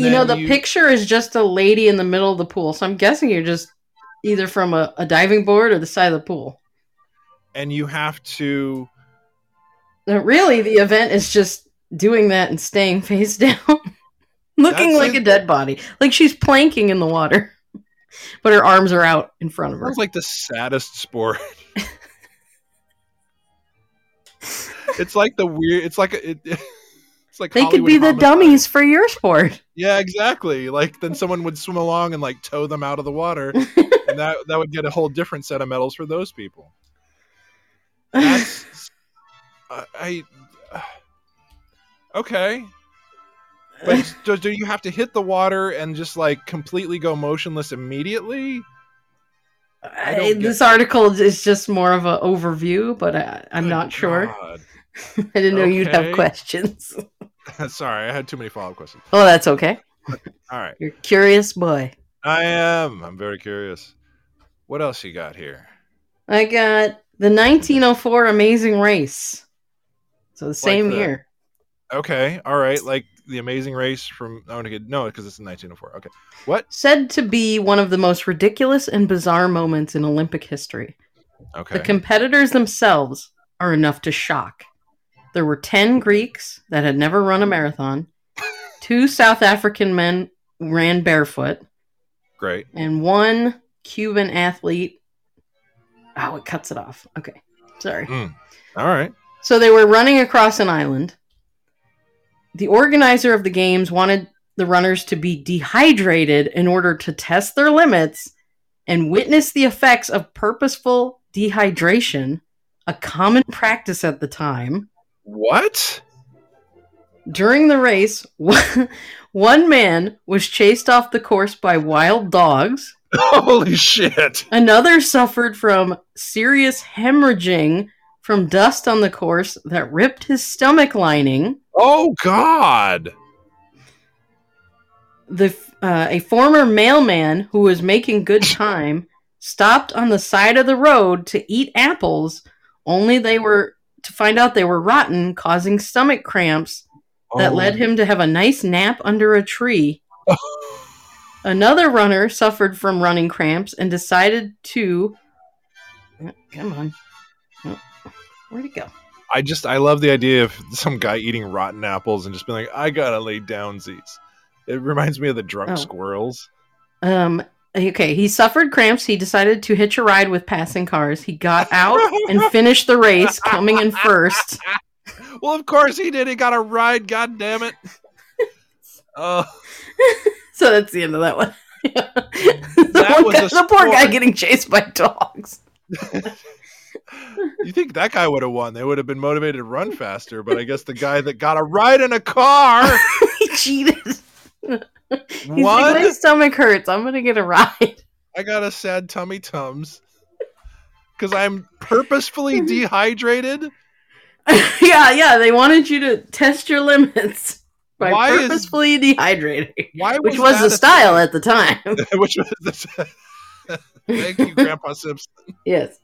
Speaker 2: you know, the picture is just a lady in the middle of the pool. So I'm guessing you're just either from a, a diving board or the side of the pool.
Speaker 4: and you have to.
Speaker 2: Uh, Really, the event is just doing that and staying face down, looking
Speaker 4: That's
Speaker 2: like
Speaker 4: it.
Speaker 2: a dead body. Like she's planking in the water, but her arms are out in front of her.
Speaker 4: Sounds like the saddest sport. it's like the weird. It's like a, it, it's like
Speaker 2: they could
Speaker 4: Hollywood
Speaker 2: be the
Speaker 4: homicide.
Speaker 2: dummies for your sport.
Speaker 4: Yeah, exactly. Like then someone would swim along and like tow them out of the water, and that that would get a whole different set of medals for those people. That's I. uh, okay. But do, do you have to hit the water and just like completely go motionless immediately? I don't
Speaker 2: I-
Speaker 4: get-
Speaker 2: this article is just more of an overview, but I, I'm
Speaker 4: Good
Speaker 2: not sure.
Speaker 4: God.
Speaker 2: I didn't know you'd
Speaker 4: Okay.
Speaker 2: have questions.
Speaker 4: Sorry, I had too many follow up questions.
Speaker 2: Oh, that's okay.
Speaker 4: All right.
Speaker 2: You're a curious boy.
Speaker 4: I am. I'm very curious. What else you got here?
Speaker 2: I got the 1904 Amazing Race. So the same
Speaker 4: the-
Speaker 2: year.
Speaker 4: Okay. All right. Like the Amazing Race from. I want to get. No, because it's in 1904. Okay. What?
Speaker 2: Said to be one of the most ridiculous and bizarre moments in Olympic history.
Speaker 4: Okay.
Speaker 2: The competitors themselves are enough to shock. There were 10 Greeks that had never run a marathon, two South African men ran barefoot,
Speaker 4: Great.
Speaker 2: and one Cuban athlete. Oh, it cuts it off. Okay. Sorry.
Speaker 4: All right.
Speaker 2: So they were running across an island. The organizer of the games wanted the runners to be dehydrated in order to test their limits and witness the effects of purposeful dehydration, a common practice at the time.
Speaker 4: What?
Speaker 2: During the race, one man was chased off the course by wild dogs,
Speaker 4: Holy shit.
Speaker 2: Another suffered from serious hemorrhaging from dust on the course that ripped his stomach lining.
Speaker 4: Oh God.
Speaker 2: The f- uh, a former mailman who was making good time stopped on the side of the road to eat apples, only they were to find out they were rotten, causing stomach cramps that
Speaker 4: Oh.
Speaker 2: led him to have a nice nap under a tree. Another runner suffered from running cramps and decided to. Oh, Come on. Oh, Where'd it go?
Speaker 4: I just I love the idea of some guy eating rotten apples and just being like, I gotta lay downsies. It reminds me of the drunk
Speaker 2: Oh.
Speaker 4: squirrels.
Speaker 2: Um, okay, he suffered cramps. He decided to hitch a ride with passing cars. He got out and finished the race, coming in first.
Speaker 4: Well, of course he did. He got a ride. God damn it. Oh,
Speaker 2: So that's the end of that one. the,
Speaker 4: That
Speaker 2: one
Speaker 4: was
Speaker 2: guy-
Speaker 4: a
Speaker 2: the poor guy
Speaker 4: sport.
Speaker 2: getting chased by dogs.
Speaker 4: you think that guy would have won? They would have been motivated to run faster. But I guess the guy that got a ride in a car
Speaker 2: he cheated. He's like,
Speaker 4: won.
Speaker 2: my stomach hurts. I'm gonna get a ride.
Speaker 4: I got a sad tummy tums because I'm purposefully dehydrated.
Speaker 2: yeah, yeah. They wanted you to test your limits by
Speaker 4: Why is-
Speaker 2: purposefully dehydrating,
Speaker 4: Why
Speaker 2: which was
Speaker 4: that
Speaker 2: the
Speaker 4: a-
Speaker 2: style at the time.
Speaker 4: which was the Thank you, Grandpa Simpson.
Speaker 2: yes.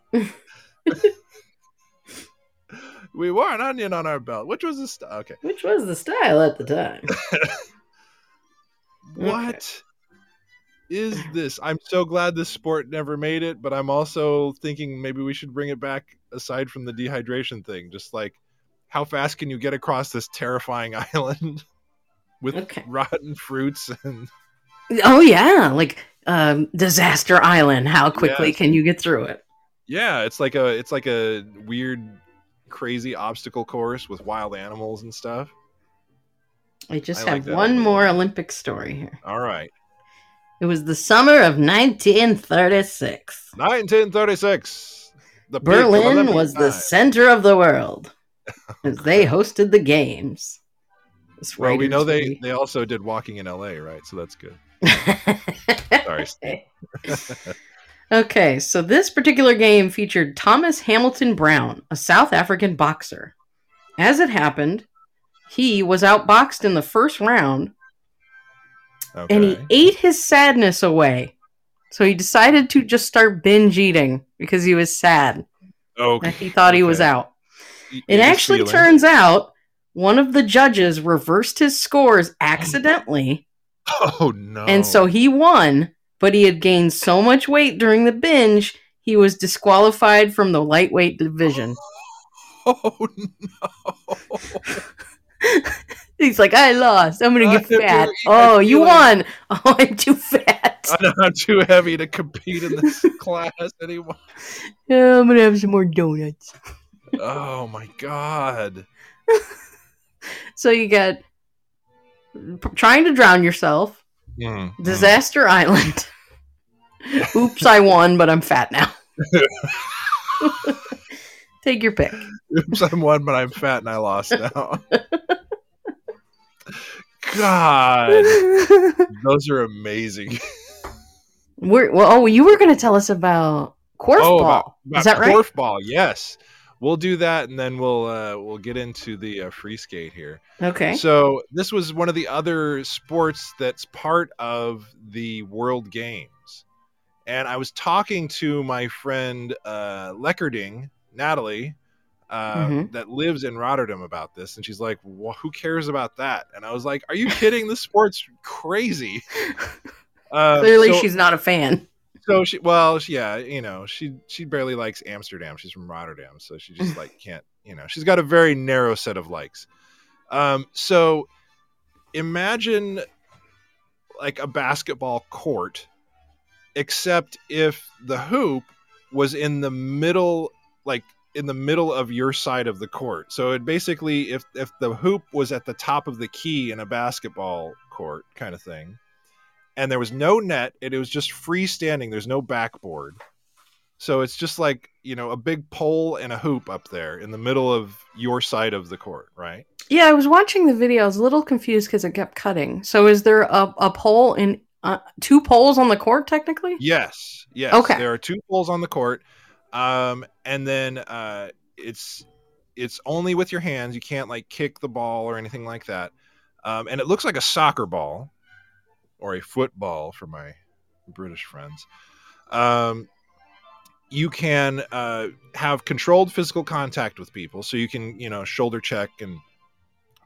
Speaker 4: We wore an onion on our belt, which was a st- okay.
Speaker 2: Which was the style at the time.
Speaker 4: What is this? I'm so glad this sport never made it, but I'm also thinking maybe we should bring it back aside from the dehydration thing. Just like how fast can you get across this terrifying island with
Speaker 2: Okay.
Speaker 4: rotten fruits and
Speaker 2: Oh yeah, like um, Disaster Island. How quickly
Speaker 4: Yes.
Speaker 2: can you get through it?
Speaker 4: yeah, it's like a it's like a weird crazy obstacle course with wild animals and stuff.
Speaker 2: I just
Speaker 4: I like
Speaker 2: have
Speaker 4: that
Speaker 2: one
Speaker 4: idea.
Speaker 2: more Olympic story here.
Speaker 4: All right.
Speaker 2: It was the summer of 1936.
Speaker 4: 1936. The peak of
Speaker 2: Berlin
Speaker 4: Olympic
Speaker 2: was the
Speaker 4: time.
Speaker 2: center of the world as they hosted the games. This
Speaker 4: Well, we
Speaker 2: writer's
Speaker 4: know they
Speaker 2: really-
Speaker 4: they also did walking in L.A. right, so that's good. Sorry.
Speaker 2: okay, so this particular game featured Thomas Hamilton Brown, a South African boxer. As it happened, he was outboxed in the first round
Speaker 4: Okay.
Speaker 2: and he ate his sadness away. So he decided to just start binge eating because he was sad
Speaker 4: okay.
Speaker 2: that he thought he was
Speaker 4: Okay.
Speaker 2: out.
Speaker 4: You-
Speaker 2: It
Speaker 4: you just
Speaker 2: actually
Speaker 4: feel
Speaker 2: turns out one of the judges reversed his scores accidentally,
Speaker 4: Oh no!
Speaker 2: and so he won, but he had gained so much weight during the binge, he was disqualified from the lightweight division.
Speaker 4: Oh no!
Speaker 2: He's like, I lost. I'm going
Speaker 4: I
Speaker 2: to get
Speaker 4: never
Speaker 2: fat.
Speaker 4: eat
Speaker 2: Oh,
Speaker 4: that
Speaker 2: you
Speaker 4: feeling."
Speaker 2: won. Oh, I'm too fat.
Speaker 4: I'm not too heavy to compete in this class anymore.
Speaker 2: Oh, I'm going to have some more donuts.
Speaker 4: Oh my god!
Speaker 2: So you get p- trying to drown yourself,
Speaker 4: Mm, mm.
Speaker 2: disaster island. Oops, I won, but I'm fat now. Take your pick.
Speaker 4: Oops, I'm one, but I'm fat and I lost now. God, those are amazing.
Speaker 2: We're, well, oh, you were going to tell us about Quarf
Speaker 4: Oh,
Speaker 2: Ball. Is that right?
Speaker 4: Dwarf ball, yes. We'll do that, and then we'll uh, we'll get into the uh, free skate here.
Speaker 2: Okay.
Speaker 4: So this was one of the other sports that's part of the World Games, and I was talking to my friend uh, Leckerding, Natalie, uh,
Speaker 2: Mhm.
Speaker 4: that lives in Rotterdam about this, and she's like, "Wha- "Who cares about that?" And I was like, "Are you kidding? this sport's crazy." Uh,
Speaker 2: Clearly,
Speaker 4: so-
Speaker 2: she's not a fan.
Speaker 4: so she well she, yeah you know she she barely likes amsterdam she's from rotterdam so she just like can't you know she's got a very narrow set of likes um so imagine like a basketball court except if the hoop was in the middle like in the middle of your side of the court so it basically if if the hoop was at the top of the key in a basketball court kind of thing and there was no net and it was just freestanding there's no backboard so it's just like you know a big pole and a hoop up there in the middle of your side of the court right
Speaker 2: Yeah, I was watching the video. I was a little confused because it kept cutting. So, is there a, a pole in uh, two poles on the court technically?
Speaker 4: yes yes
Speaker 2: Okay.
Speaker 4: there are two poles on the court um and then uh it's it's only with your hands you can't like kick the ball or anything like that um and it looks like a soccer ball or a football for my british friends um you can uh, have controlled physical contact with people so you can you know shoulder check and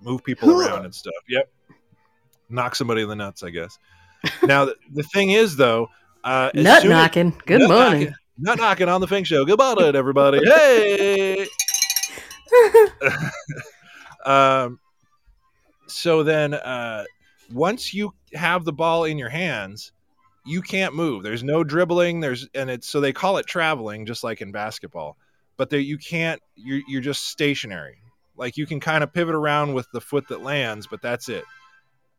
Speaker 4: move people around and stuff yep knock somebody in the nuts i guess now the, the thing is though uh, as
Speaker 2: Nut
Speaker 4: soon as-
Speaker 2: knocking. Good
Speaker 4: nut
Speaker 2: morning.
Speaker 4: knocking- nut knocking on the Fink Show. Good morning, everybody. Hey. um, so then, uh, once you have the ball in your hands, you can't move. There's no dribbling. There's and it's so they call it traveling, just like in basketball. But there you can't. You're you're just stationary. Like you can kind of pivot around with the foot that lands, but that's it.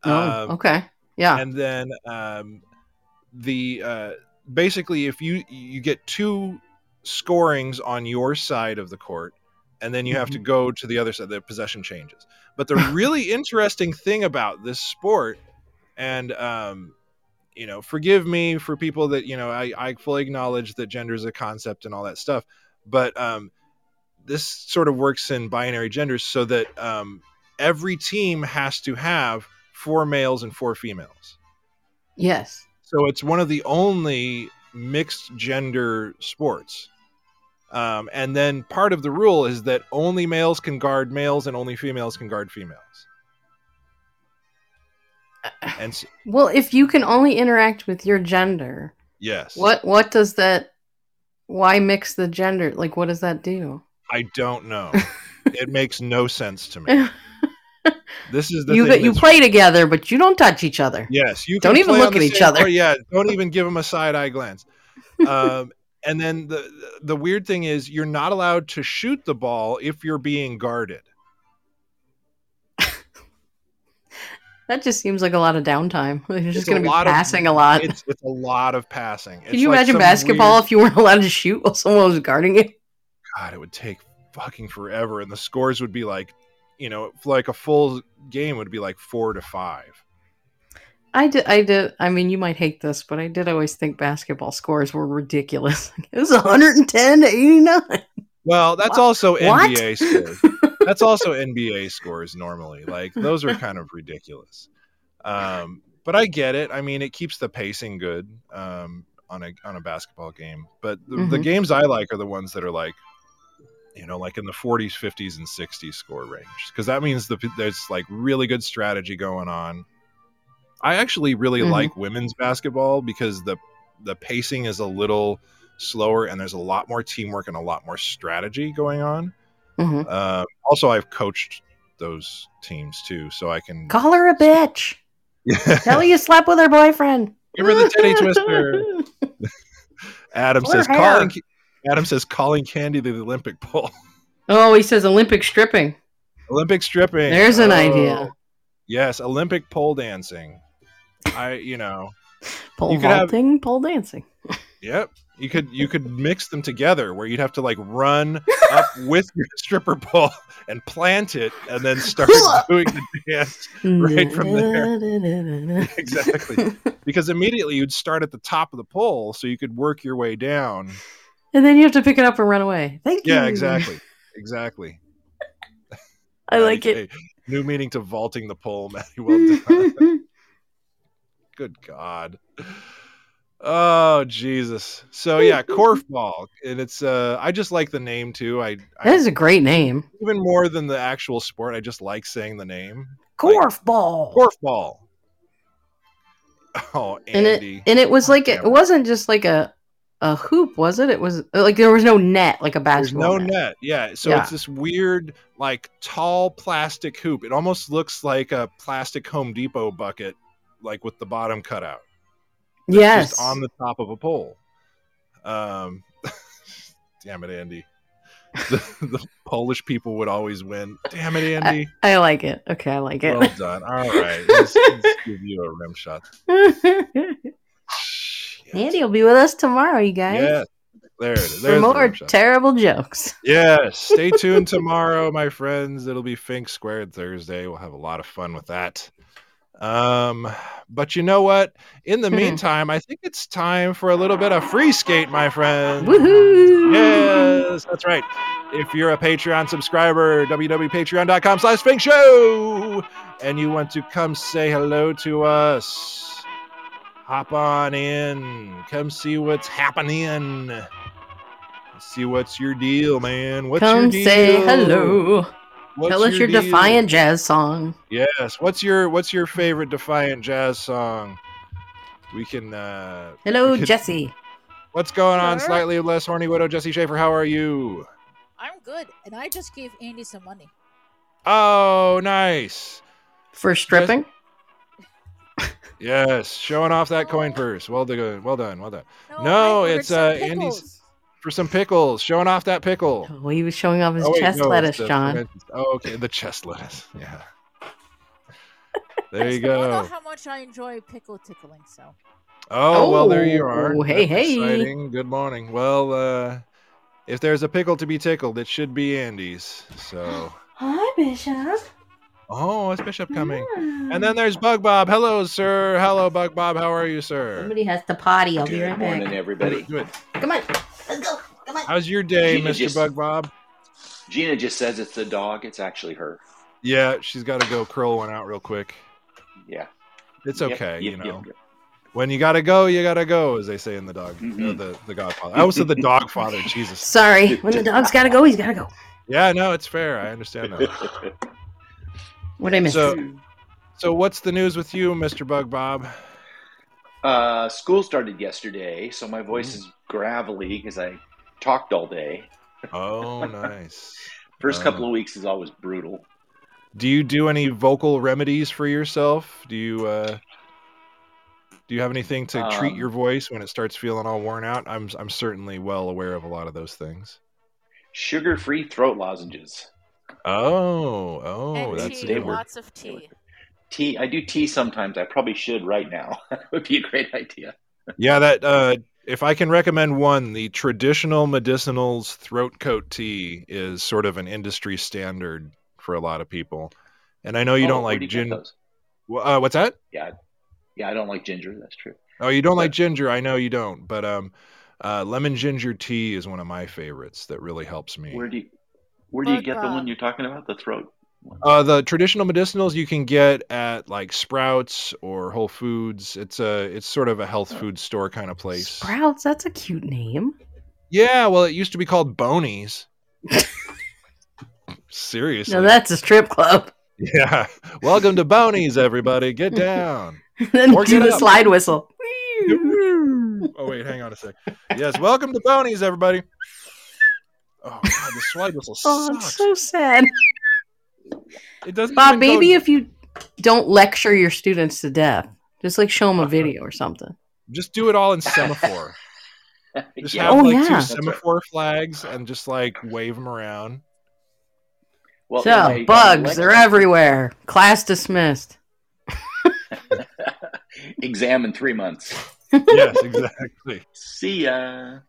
Speaker 4: Um,
Speaker 2: oh, okay. Yeah.
Speaker 4: and then um, the uh, basically if you you get two scorings on your side of the court and then you have to go to the other side the possession changes but the really interesting thing about this sport and um, you know forgive me for people that you know I, I fully acknowledge that gender is a concept and all that stuff but um, this sort of works in binary genders so that um, every team has to have four males and four females
Speaker 2: Yes.
Speaker 4: so it's one of the only mixed gender sports. Um, and then part of the rule is that only males can guard males and only females can guard females. And s-
Speaker 2: Well, if you can only interact with your gender,
Speaker 4: yes,
Speaker 2: what what does that? Why mix the gender? Like, what does that do?
Speaker 4: I don't know. it makes no sense to me.
Speaker 2: you
Speaker 4: This is the
Speaker 2: get
Speaker 4: thing
Speaker 2: you
Speaker 4: that's-
Speaker 2: play together, but you don't touch each other.
Speaker 4: Yes, you
Speaker 2: Don't
Speaker 4: can
Speaker 2: even
Speaker 4: play on
Speaker 2: look
Speaker 4: the
Speaker 2: at each
Speaker 4: same
Speaker 2: other.
Speaker 4: floor. Yeah, don't even give them a side eye glance. Um, and then the the weird thing is you're not allowed to shoot the ball if you're being guarded.
Speaker 2: That just seems like a lot of downtime. You're just
Speaker 4: It's a
Speaker 2: going to be
Speaker 4: lot of-
Speaker 2: passing a lot.
Speaker 4: it's it's a lot of passing.
Speaker 2: Could you imagine basketball if you weren't allowed to shoot while someone was guarding you?
Speaker 4: God, it would take fucking forever, and the scores would be like, you know, like a full game would be like four to five.
Speaker 2: I did. I did. I mean, you might hate this, but I did always think basketball scores were ridiculous. it was 110 to 89.
Speaker 4: Well, that's
Speaker 2: Wha-
Speaker 4: also
Speaker 2: what?
Speaker 4: NBA scores. That's also NBA scores normally. Like those are kind of ridiculous. Um, but I get it. I mean, it keeps the pacing good um, on a on a basketball game. But the, the
Speaker 2: Mhm.
Speaker 4: games I like are the ones that are like, you know, like in the 40s, 50s, and 60s score range, because that means the, there's like really good strategy going on. I actually really
Speaker 2: Mhm.
Speaker 4: like women's basketball because the the pacing is a little slower and there's a lot more teamwork and a lot more strategy going on.
Speaker 2: Mhm.
Speaker 4: Um, also, I've coached those teams too, so I can
Speaker 2: Call her a bitch. Tell her you slept with her boyfriend.
Speaker 4: Give her the titty twister. Adam
Speaker 2: Pull her
Speaker 4: says
Speaker 2: hair.
Speaker 4: calling. Adam says calling candy to the Olympic pole.
Speaker 2: Oh, he says Olympic stripping.
Speaker 4: Olympic stripping.
Speaker 2: There's an
Speaker 4: Oh.
Speaker 2: idea.
Speaker 4: Yes, Olympic pole dancing. I, you know,
Speaker 2: Pole
Speaker 4: You could have-
Speaker 2: vaulting, pole dancing.
Speaker 4: Yep. You could you could mix them together where you'd have to like run up with your stripper pole and plant it and then start doing the dance. Right from
Speaker 2: there.
Speaker 4: Exactly. because immediately you'd start at the top of the pole so you could work your way down.
Speaker 2: And then you have to pick it up and run away. Thank you.
Speaker 4: Yeah, exactly. Exactly.
Speaker 2: I like it.
Speaker 4: AKA New meaning to vaulting the pole, Matty. Well done.
Speaker 2: That's
Speaker 4: Good God. Oh Jesus. So yeah, Korfball. And it's uh I just like the name too. I, I
Speaker 2: a great name.
Speaker 4: even more than the actual sport, I just like saying the name.
Speaker 2: Korfball.
Speaker 4: Korfball. Oh,
Speaker 2: and
Speaker 4: Andy.
Speaker 2: it and it was like
Speaker 4: Damn
Speaker 2: it
Speaker 4: it.
Speaker 2: wasn't just like a a hoop, was it? It was like there was no net, like a
Speaker 4: There's no
Speaker 2: basketball.
Speaker 4: net. Yeah. So
Speaker 2: Yeah.
Speaker 4: it's this weird, like tall plastic hoop. It almost looks like a plastic Home Depot bucket, like with the bottom cut out. that's
Speaker 2: Yes.
Speaker 4: Just on the top of a pole. Um damn it, Andy. The, the Polish people would always win. Damn it, Andy.
Speaker 2: I like it. Okay, I like
Speaker 4: Well
Speaker 2: it.
Speaker 4: done. All right. Let's, let's give you a rim shot. Shit.
Speaker 2: Andy will be with us tomorrow, you guys.
Speaker 4: Yes. There it is.
Speaker 2: For
Speaker 4: There's the
Speaker 2: more
Speaker 4: rim shot.
Speaker 2: terrible jokes.
Speaker 4: Yes. Stay tuned tomorrow, my friends. It'll be Fink Squared Thursday. We'll have a lot of fun with that. Um, but you know what? In the
Speaker 2: Hmm.
Speaker 4: meantime, I think it's time for a little bit of free skate, my friends.
Speaker 2: Woohoo!
Speaker 4: Yes, that's right. If you're a Patreon subscriber, www.patreon.com slash Fink Show, and you want to come say hello to us, hop on in. Come see what's happening. See what's your deal, man. What's your
Speaker 2: Come
Speaker 4: deal?
Speaker 2: say hello.
Speaker 4: What's
Speaker 2: Tell us your,
Speaker 4: deal?
Speaker 2: defiant jazz song.
Speaker 4: Yes. What's your What's your favorite defiant jazz song? We can. uh
Speaker 2: Hello,
Speaker 4: Could-
Speaker 2: Jesse.
Speaker 4: What's going on?
Speaker 6: Sure.
Speaker 4: Slightly less horny widow Jesse Schaefer. How are you?
Speaker 6: I'm good, and I just gave Andy some money.
Speaker 4: Oh, nice.
Speaker 2: For stripping?
Speaker 4: Yes, showing off that coin purse. Well done, well done, well done. No,
Speaker 6: I ordered
Speaker 4: it's,
Speaker 6: some
Speaker 4: uh, Andy's-
Speaker 6: pickles.
Speaker 4: For some pickles, showing off that pickle.
Speaker 2: Oh, he was showing off his
Speaker 4: Oh, wait,
Speaker 2: chest
Speaker 4: no, it's
Speaker 2: lettuce,
Speaker 4: the
Speaker 2: John.
Speaker 4: French- Oh, okay, the chest lettuce. Yeah.
Speaker 6: I
Speaker 4: There you
Speaker 6: just don't know
Speaker 4: go.
Speaker 6: how much I enjoy pickle tickling, so
Speaker 4: Oh well, there you are.
Speaker 2: Oh, hey,
Speaker 4: That's
Speaker 2: hey.
Speaker 4: Exciting. Good morning. Well, uh, if there's a pickle to be tickled, it should be Andy's. So.
Speaker 2: Hi, Bishop. Hmm.
Speaker 4: Oh, it's Bishop coming. And then there's Bug Bob. Hello, sir. Hello, Bug Bob. How are you, sir?
Speaker 2: Somebody has to potty. I'll be right
Speaker 7: Good
Speaker 2: back.
Speaker 7: morning, everybody.
Speaker 4: Good.
Speaker 2: Come on. Let's go. Come on.
Speaker 4: How's your day,
Speaker 7: Gina
Speaker 4: Mr.
Speaker 7: just-
Speaker 4: Bug Bob?
Speaker 7: Gina just says it's the dog. It's actually her.
Speaker 4: Yeah, she's got to go curl one out real quick.
Speaker 7: Yeah.
Speaker 4: It's
Speaker 7: Yep,
Speaker 4: okay,
Speaker 7: yep,
Speaker 4: you
Speaker 7: yep,
Speaker 4: know.
Speaker 7: yep.
Speaker 4: When you gotta go, you gotta go, as they say in the dog,
Speaker 7: Mhm.
Speaker 4: uh, the the Godfather. I was the Dogfather. Jesus.
Speaker 2: Sorry. When the dog's got to go, he's got to go.
Speaker 4: Yeah, no, it's fair. I understand that.
Speaker 2: What I miss?
Speaker 4: So- So, what's the news with you, Mister Bug Bob?
Speaker 7: uh, school started yesterday, so my voice
Speaker 4: Mm-hmm.
Speaker 7: is gravelly because I talked all day.
Speaker 4: Oh, nice.
Speaker 7: First
Speaker 4: Uh.
Speaker 7: couple of weeks is always brutal.
Speaker 4: Do you do any vocal remedies for yourself? Do you uh, do you have anything to treat
Speaker 7: Um.
Speaker 4: your voice when it starts feeling all worn out? I'm I'm certainly well aware of a lot of those things.
Speaker 7: Sugar-free throat lozenges.
Speaker 4: Oh, oh,
Speaker 6: and
Speaker 4: that's a
Speaker 6: tea,
Speaker 4: good
Speaker 7: different-
Speaker 4: word.
Speaker 6: lots of tea.
Speaker 7: Tea. I do tea sometimes. I probably should right now. that would be a great idea.
Speaker 4: Yeah, that uh if I can recommend one, the traditional medicinals throat coat tea is sort of an industry standard for a lot of people. And I know you
Speaker 7: Oh,
Speaker 4: don't
Speaker 7: where
Speaker 4: like
Speaker 7: do you get
Speaker 4: gin.
Speaker 7: those?
Speaker 4: Wha- Uh, what's that?
Speaker 7: Yeah, I don't like ginger. That's true.
Speaker 4: Oh, you don't like
Speaker 7: Yeah.
Speaker 4: ginger. I know you don't, but um uh, lemon ginger tea is one of my favorites that really helps me.
Speaker 7: Where do you Where do you
Speaker 6: Bug
Speaker 7: get the
Speaker 6: Bob.
Speaker 7: one you're talking about? The throat. one?
Speaker 4: Uh, the traditional medicinals you can get at like Sprouts or Whole Foods. It's a it's sort of a health food store kind of place.
Speaker 2: Sprouts, that's a cute name.
Speaker 4: Yeah, well, it used to be called Bonies. Seriously.
Speaker 2: No, that's a strip club.
Speaker 4: yeah. Welcome to Bonies, everybody. Get down.
Speaker 2: then
Speaker 4: Or
Speaker 2: do
Speaker 4: get
Speaker 2: the
Speaker 4: up.
Speaker 2: slide whistle.
Speaker 4: oh, wait, hang on a sec. Yes, welcome to Bonies, everybody. Oh, God, the slide whistle
Speaker 2: Oh,
Speaker 4: sucks.
Speaker 2: it's so sad.
Speaker 4: it doesn't
Speaker 2: Bob,
Speaker 4: even go-
Speaker 2: maybe if you don't lecture your students to death, just like show them
Speaker 4: Uh-huh.
Speaker 2: a video or something.
Speaker 4: Just do it all in semaphore. Just
Speaker 7: Yeah.
Speaker 4: have
Speaker 2: Oh,
Speaker 4: like
Speaker 2: yeah.
Speaker 4: two semaphore flags and just like wave them around.
Speaker 7: Well,
Speaker 2: so,
Speaker 7: anyway,
Speaker 2: bugs, they're
Speaker 7: Alexa-
Speaker 2: everywhere. Class dismissed.
Speaker 7: Exam in three months.
Speaker 4: yes, exactly.
Speaker 7: See ya.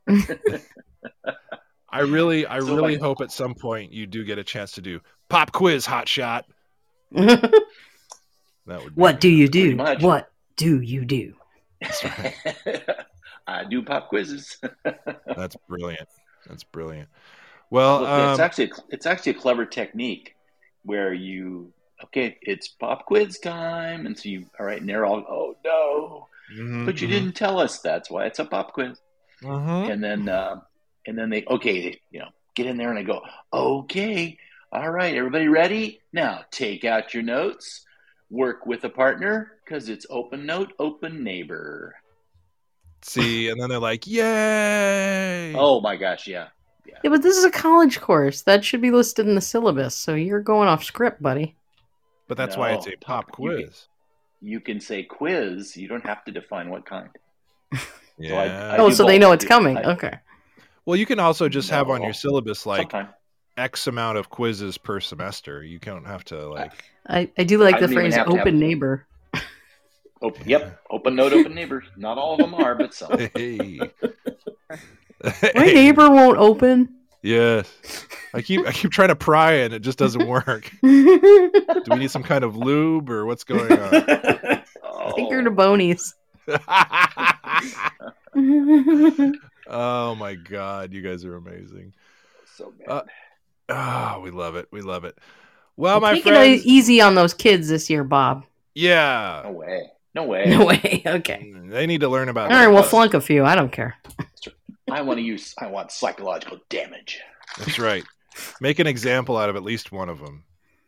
Speaker 4: I really, I
Speaker 7: So,
Speaker 4: really
Speaker 7: like-
Speaker 4: hope at some point you do get a chance to do pop quiz, hot shot. That would. be-
Speaker 2: what do you do?
Speaker 7: Pretty much.
Speaker 2: What do you do?
Speaker 7: I do pop quizzes.
Speaker 4: That's brilliant. That's brilliant. Well,
Speaker 7: Look, it's
Speaker 4: um,
Speaker 7: actually it's actually a clever technique where you okay, it's pop quiz time, and so you all right, and they're all oh no,
Speaker 4: mhm,
Speaker 7: but you didn't tell us that's why it's a pop quiz,
Speaker 4: mhm.
Speaker 7: and then uh, and then they okay, they, you know, get in there and I go okay, all right, everybody ready now? Take out your notes, work with a partner because it's open note, open neighbor.
Speaker 4: see, and then they're like, "Yay!"
Speaker 7: Oh my gosh, yeah,
Speaker 2: Yeah, but this is a college course. That should be listed in the syllabus. So you're going off script, buddy.
Speaker 4: but that's why it's
Speaker 7: no.
Speaker 4: a pop
Speaker 7: You get-
Speaker 4: quiz.
Speaker 7: you can say quiz, you don't have to define what kind. So I-
Speaker 4: Yeah.
Speaker 7: I-
Speaker 2: oh,
Speaker 7: do
Speaker 2: so they
Speaker 7: both.
Speaker 2: know it's
Speaker 7: I-
Speaker 2: coming.
Speaker 7: I-
Speaker 2: okay.
Speaker 4: well, you can also just have on
Speaker 7: No.
Speaker 4: your syllabus like
Speaker 7: Sometime.
Speaker 4: X amount of quizzes per semester. You don't have to like.
Speaker 2: I, I do like
Speaker 7: I
Speaker 2: the
Speaker 7: didn't even
Speaker 2: phrase
Speaker 7: have to have-
Speaker 2: open neighbor.
Speaker 7: Oh, yep. Open note, open neighbor. Not all of them are, but some.
Speaker 4: hey.
Speaker 2: My neighbor won't open.
Speaker 4: Yes. I keep I keep trying to pry and it just doesn't work.
Speaker 2: Finger
Speaker 4: Do we need some kind of lube or what's going on?
Speaker 7: Oh,
Speaker 2: to bonies.
Speaker 4: oh my god, you guys are amazing.
Speaker 7: so bad.
Speaker 4: Uh, Oh, we love it. We love it. Well, my
Speaker 2: Take it e-,
Speaker 4: friends.
Speaker 2: easy on those kids this year, Bob.
Speaker 4: Yeah.
Speaker 7: no way. No way.
Speaker 2: No way. Okay.
Speaker 4: They need to learn about
Speaker 2: All right,
Speaker 4: that.
Speaker 2: we'll flunk a few. I don't care.
Speaker 7: I want to use. I want psychological damage.
Speaker 4: That's right. Make an example out of at least one of them.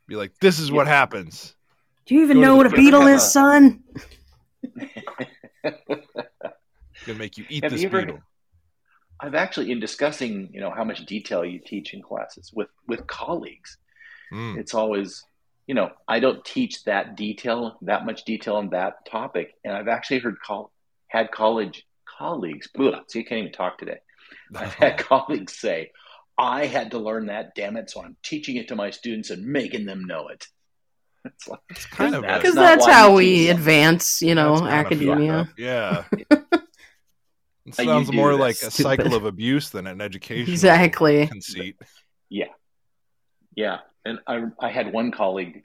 Speaker 4: Be like, this is what happens.
Speaker 2: Do you even
Speaker 4: Go to
Speaker 2: know
Speaker 4: the
Speaker 2: what a
Speaker 7: fucking
Speaker 2: beetle
Speaker 7: hammer.
Speaker 2: is, son?
Speaker 4: It's gonna make you eat
Speaker 7: Have
Speaker 4: this
Speaker 7: you ever-
Speaker 4: beetle.
Speaker 7: I've actually, in discussing, you know, how much detail you teach in classes with with colleagues,
Speaker 4: Mm.
Speaker 7: it's always, you know, I don't teach that detail, that much detail on that topic, and I've actually heard call had college colleagues. Blah, see, I can't even talk today. I've
Speaker 4: Oh,
Speaker 7: had colleagues say, I had to learn that, damn it, so I'm teaching it to my students and making them know it. It's like,
Speaker 4: It's kind of a-
Speaker 2: Because that's
Speaker 7: That's not why
Speaker 2: how
Speaker 7: you
Speaker 2: we
Speaker 7: teach them.
Speaker 2: advance, you know,
Speaker 4: That's kind of
Speaker 2: academia.
Speaker 4: fucked up. Yeah. It
Speaker 7: You
Speaker 4: sounds
Speaker 7: do
Speaker 4: more
Speaker 7: that.
Speaker 4: like a
Speaker 2: Stupid.
Speaker 4: cycle of abuse than an education.
Speaker 2: Exactly.
Speaker 4: Conceit.
Speaker 7: yeah. And I, I had one colleague,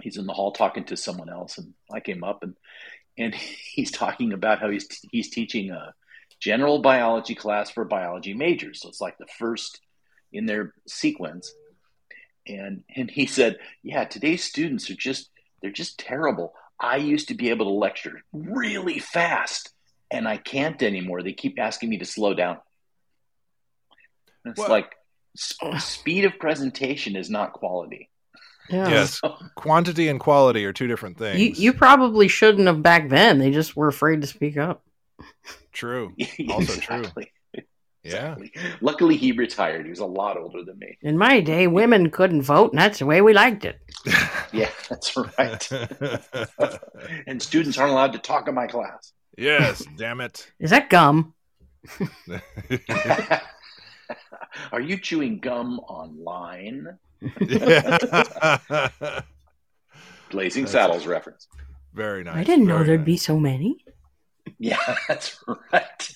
Speaker 7: he's in the hall talking to someone else, and I came up and, and he's talking about how he's, he's teaching a general biology class for biology majors. So it's like the first in their sequence. And, and he said, yeah, today's students are just, they're just terrible. I used to be able to lecture really fast and I can't anymore. They keep asking me to slow down. And it's
Speaker 4: Well-
Speaker 7: like sp- speed of presentation is not quality.
Speaker 2: Yeah.
Speaker 4: Yes. Quantity and quality are two different things.
Speaker 2: You, you probably shouldn't have back then. They just were afraid to speak up.
Speaker 4: True. Also true.
Speaker 7: exactly.
Speaker 4: Yeah.
Speaker 7: Exactly. Luckily, he retired. He was a lot older than me.
Speaker 2: In my day, women couldn't vote, and that's the way we liked it.
Speaker 7: Yeah, that's right. and students aren't allowed to talk in my class.
Speaker 4: yes. Damn it.
Speaker 2: Is that gum?
Speaker 7: Are you chewing gum online? Blazing
Speaker 4: That's-
Speaker 7: Saddles reference.
Speaker 4: Very nice.
Speaker 2: I didn't know
Speaker 4: very
Speaker 2: there'd
Speaker 4: nice.
Speaker 2: be so many.
Speaker 7: Yeah, that's right.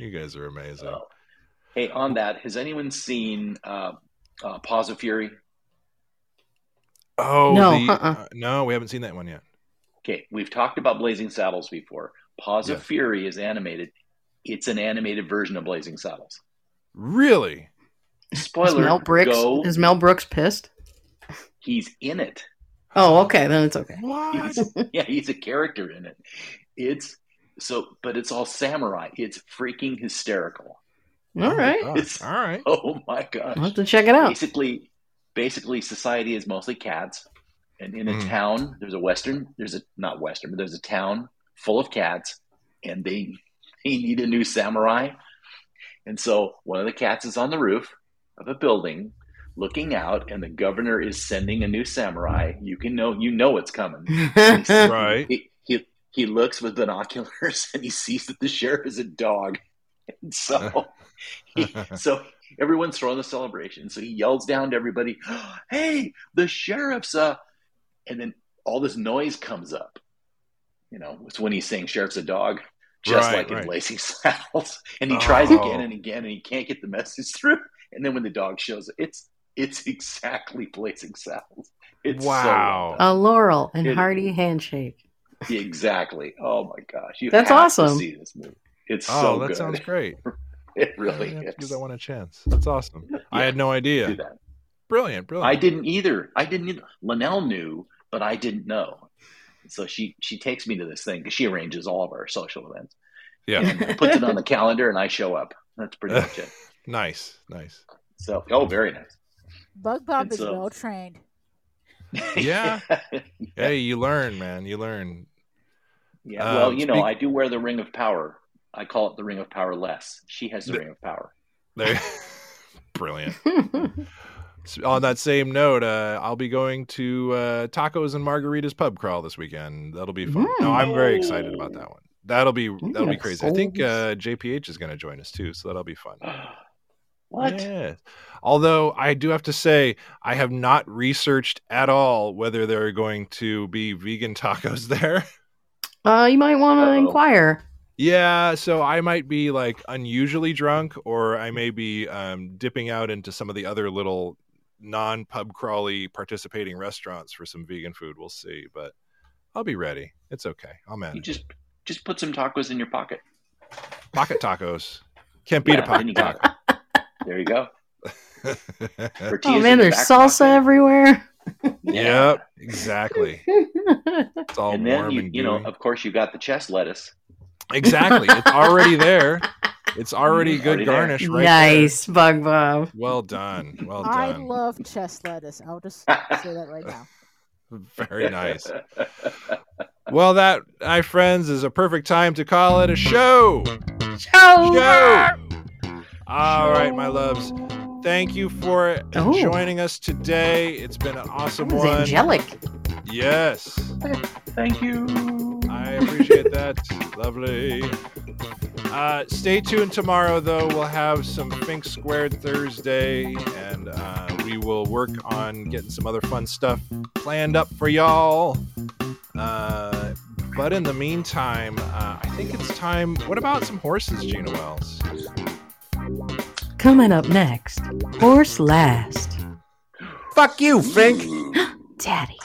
Speaker 4: You guys are amazing.
Speaker 7: Oh. Hey, on that, has anyone seen uh, uh, Paws of Fury?
Speaker 4: Oh
Speaker 2: No,
Speaker 4: the-
Speaker 2: uh-uh.
Speaker 4: uh, no, we haven't seen that one yet.
Speaker 7: Okay, we've talked about Blazing Saddles before. Paws of
Speaker 4: Yes.
Speaker 7: Fury is animated. It's an animated version of Blazing Saddles.
Speaker 4: Really?
Speaker 2: Is
Speaker 7: Spoiler:
Speaker 2: Mel, Brooks,
Speaker 7: Go,
Speaker 2: is Mel Brooks pissed?
Speaker 7: he's in it.
Speaker 2: Oh, okay. Then it's okay.
Speaker 4: What?
Speaker 7: He's- yeah, he's a character in it. It's so, but it's all samurai. It's freaking hysterical.
Speaker 2: All right.
Speaker 4: Oh, gosh. All right.
Speaker 7: Oh my gosh!
Speaker 2: I'll have to check it out.
Speaker 7: basically basically society is mostly cats and in a
Speaker 4: Mhm.
Speaker 7: town there's a western there's a not western but there's a town full of cats and they they need a new samurai and so one of the cats is on the roof of a building looking out and the governor is sending a new samurai you can know you know it's coming
Speaker 4: Right.
Speaker 7: he, he he looks with binoculars and he sees that the sheriff is a dog. And so he, so everyone's throwing the celebration. So he yells down to everybody, "Hey, the sheriff's uh!" And then all this noise comes up, you know, it's when he's saying sheriff's a dog, just
Speaker 4: Right,
Speaker 7: like in
Speaker 4: right.
Speaker 7: Blazing Saddles. And he tries
Speaker 4: Oh.
Speaker 7: again and again and he can't get the message through. And then when the dog shows up, it's it's exactly Blazing Saddles. It's so well
Speaker 4: Wow.
Speaker 7: done.
Speaker 2: A laurel and
Speaker 7: It-
Speaker 2: hearty handshake.
Speaker 7: exactly. Oh my gosh. You
Speaker 2: That's
Speaker 7: have to
Speaker 2: awesome.
Speaker 7: see this movie. It's
Speaker 4: Oh,
Speaker 7: so
Speaker 4: that
Speaker 7: good.
Speaker 4: sounds great.
Speaker 7: It
Speaker 4: Yeah,
Speaker 7: really
Speaker 4: I have to give
Speaker 7: is.
Speaker 4: that one a chance. That's awesome. I had no
Speaker 7: Do
Speaker 4: idea.
Speaker 7: that.
Speaker 4: Brilliant, brilliant.
Speaker 7: I didn't either. I didn't either. Linnell knew, but I didn't know. So she she takes me to this thing because she arranges all of our social events,
Speaker 4: Yeah,
Speaker 7: puts it on the calendar, and I show up. That's pretty much it.
Speaker 4: nice, nice.
Speaker 7: So oh, very nice.
Speaker 6: Bug Bob
Speaker 7: It's,
Speaker 6: is
Speaker 7: uh,
Speaker 6: well trained.
Speaker 4: Yeah. Hey, you learn, man. You learn.
Speaker 7: yeah.
Speaker 4: Uh,
Speaker 7: well, you know,
Speaker 4: speak-
Speaker 7: I do wear the ring of power. I call it the ring of power less. She has the ring of power.
Speaker 4: There. Brilliant. S- On that same note, uh, I'll be going to uh, Tacos and Margaritas pub crawl this weekend. That'll be fun. No, I'm very excited about that one. That'll be that'll be crazy. I think uh, JPH is going to join us too, so that'll be fun.
Speaker 7: what?
Speaker 4: Yes. Although I do have to say, I have not researched at all whether there are going to be vegan tacos there.
Speaker 2: Uh, you might want to
Speaker 7: Uh-oh.
Speaker 2: inquire.
Speaker 4: yeah, so I might be like unusually drunk, or I may be um, dipping out into some of the other little non pub crawly participating restaurants for some vegan food. We'll see, but I'll be ready. It's okay. I'll
Speaker 7: You
Speaker 4: manage.
Speaker 7: just just put some tacos in your pocket.
Speaker 4: Pocket tacos. Can't beat
Speaker 7: Yeah,
Speaker 4: a
Speaker 7: then you
Speaker 4: pocket
Speaker 7: got
Speaker 4: taco.
Speaker 7: it. There you go.
Speaker 2: Oh
Speaker 7: Tortillas in
Speaker 2: man,
Speaker 7: the
Speaker 2: there's
Speaker 7: back
Speaker 2: salsa
Speaker 7: pocket.
Speaker 2: everywhere.
Speaker 4: yep, exactly. It's all
Speaker 7: and
Speaker 4: warm
Speaker 7: then you,
Speaker 4: and
Speaker 7: you know,
Speaker 4: gooey.
Speaker 7: of course, you got the chest lettuce.
Speaker 4: Exactly. It's already there. It's already
Speaker 7: Mm,
Speaker 4: good
Speaker 7: already there.
Speaker 4: garnish right there.
Speaker 2: nice, Bug Bob.
Speaker 4: Well done. Well
Speaker 6: I
Speaker 4: done.
Speaker 6: love chest lettuce. I'll just say that right now.
Speaker 4: Very nice. Well, that, my friends, is a perfect time to call it a show. Show. All right, my loves. Thank you for
Speaker 2: Oh.
Speaker 4: joining us today. It's been an awesome
Speaker 2: That was
Speaker 4: one.
Speaker 2: angelic.
Speaker 4: Yes.
Speaker 7: Thank you.
Speaker 4: I appreciate that. Lovely. Uh, stay tuned tomorrow, though. We'll have some Fink Squared Thursday, and uh, we will work on getting some other fun stuff planned up for y'all. Uh, but in the meantime, uh, I think it's time. What about some horses, Gina Wells?
Speaker 2: Coming up next, horse last.
Speaker 8: Fuck you, Fink.
Speaker 2: Daddy.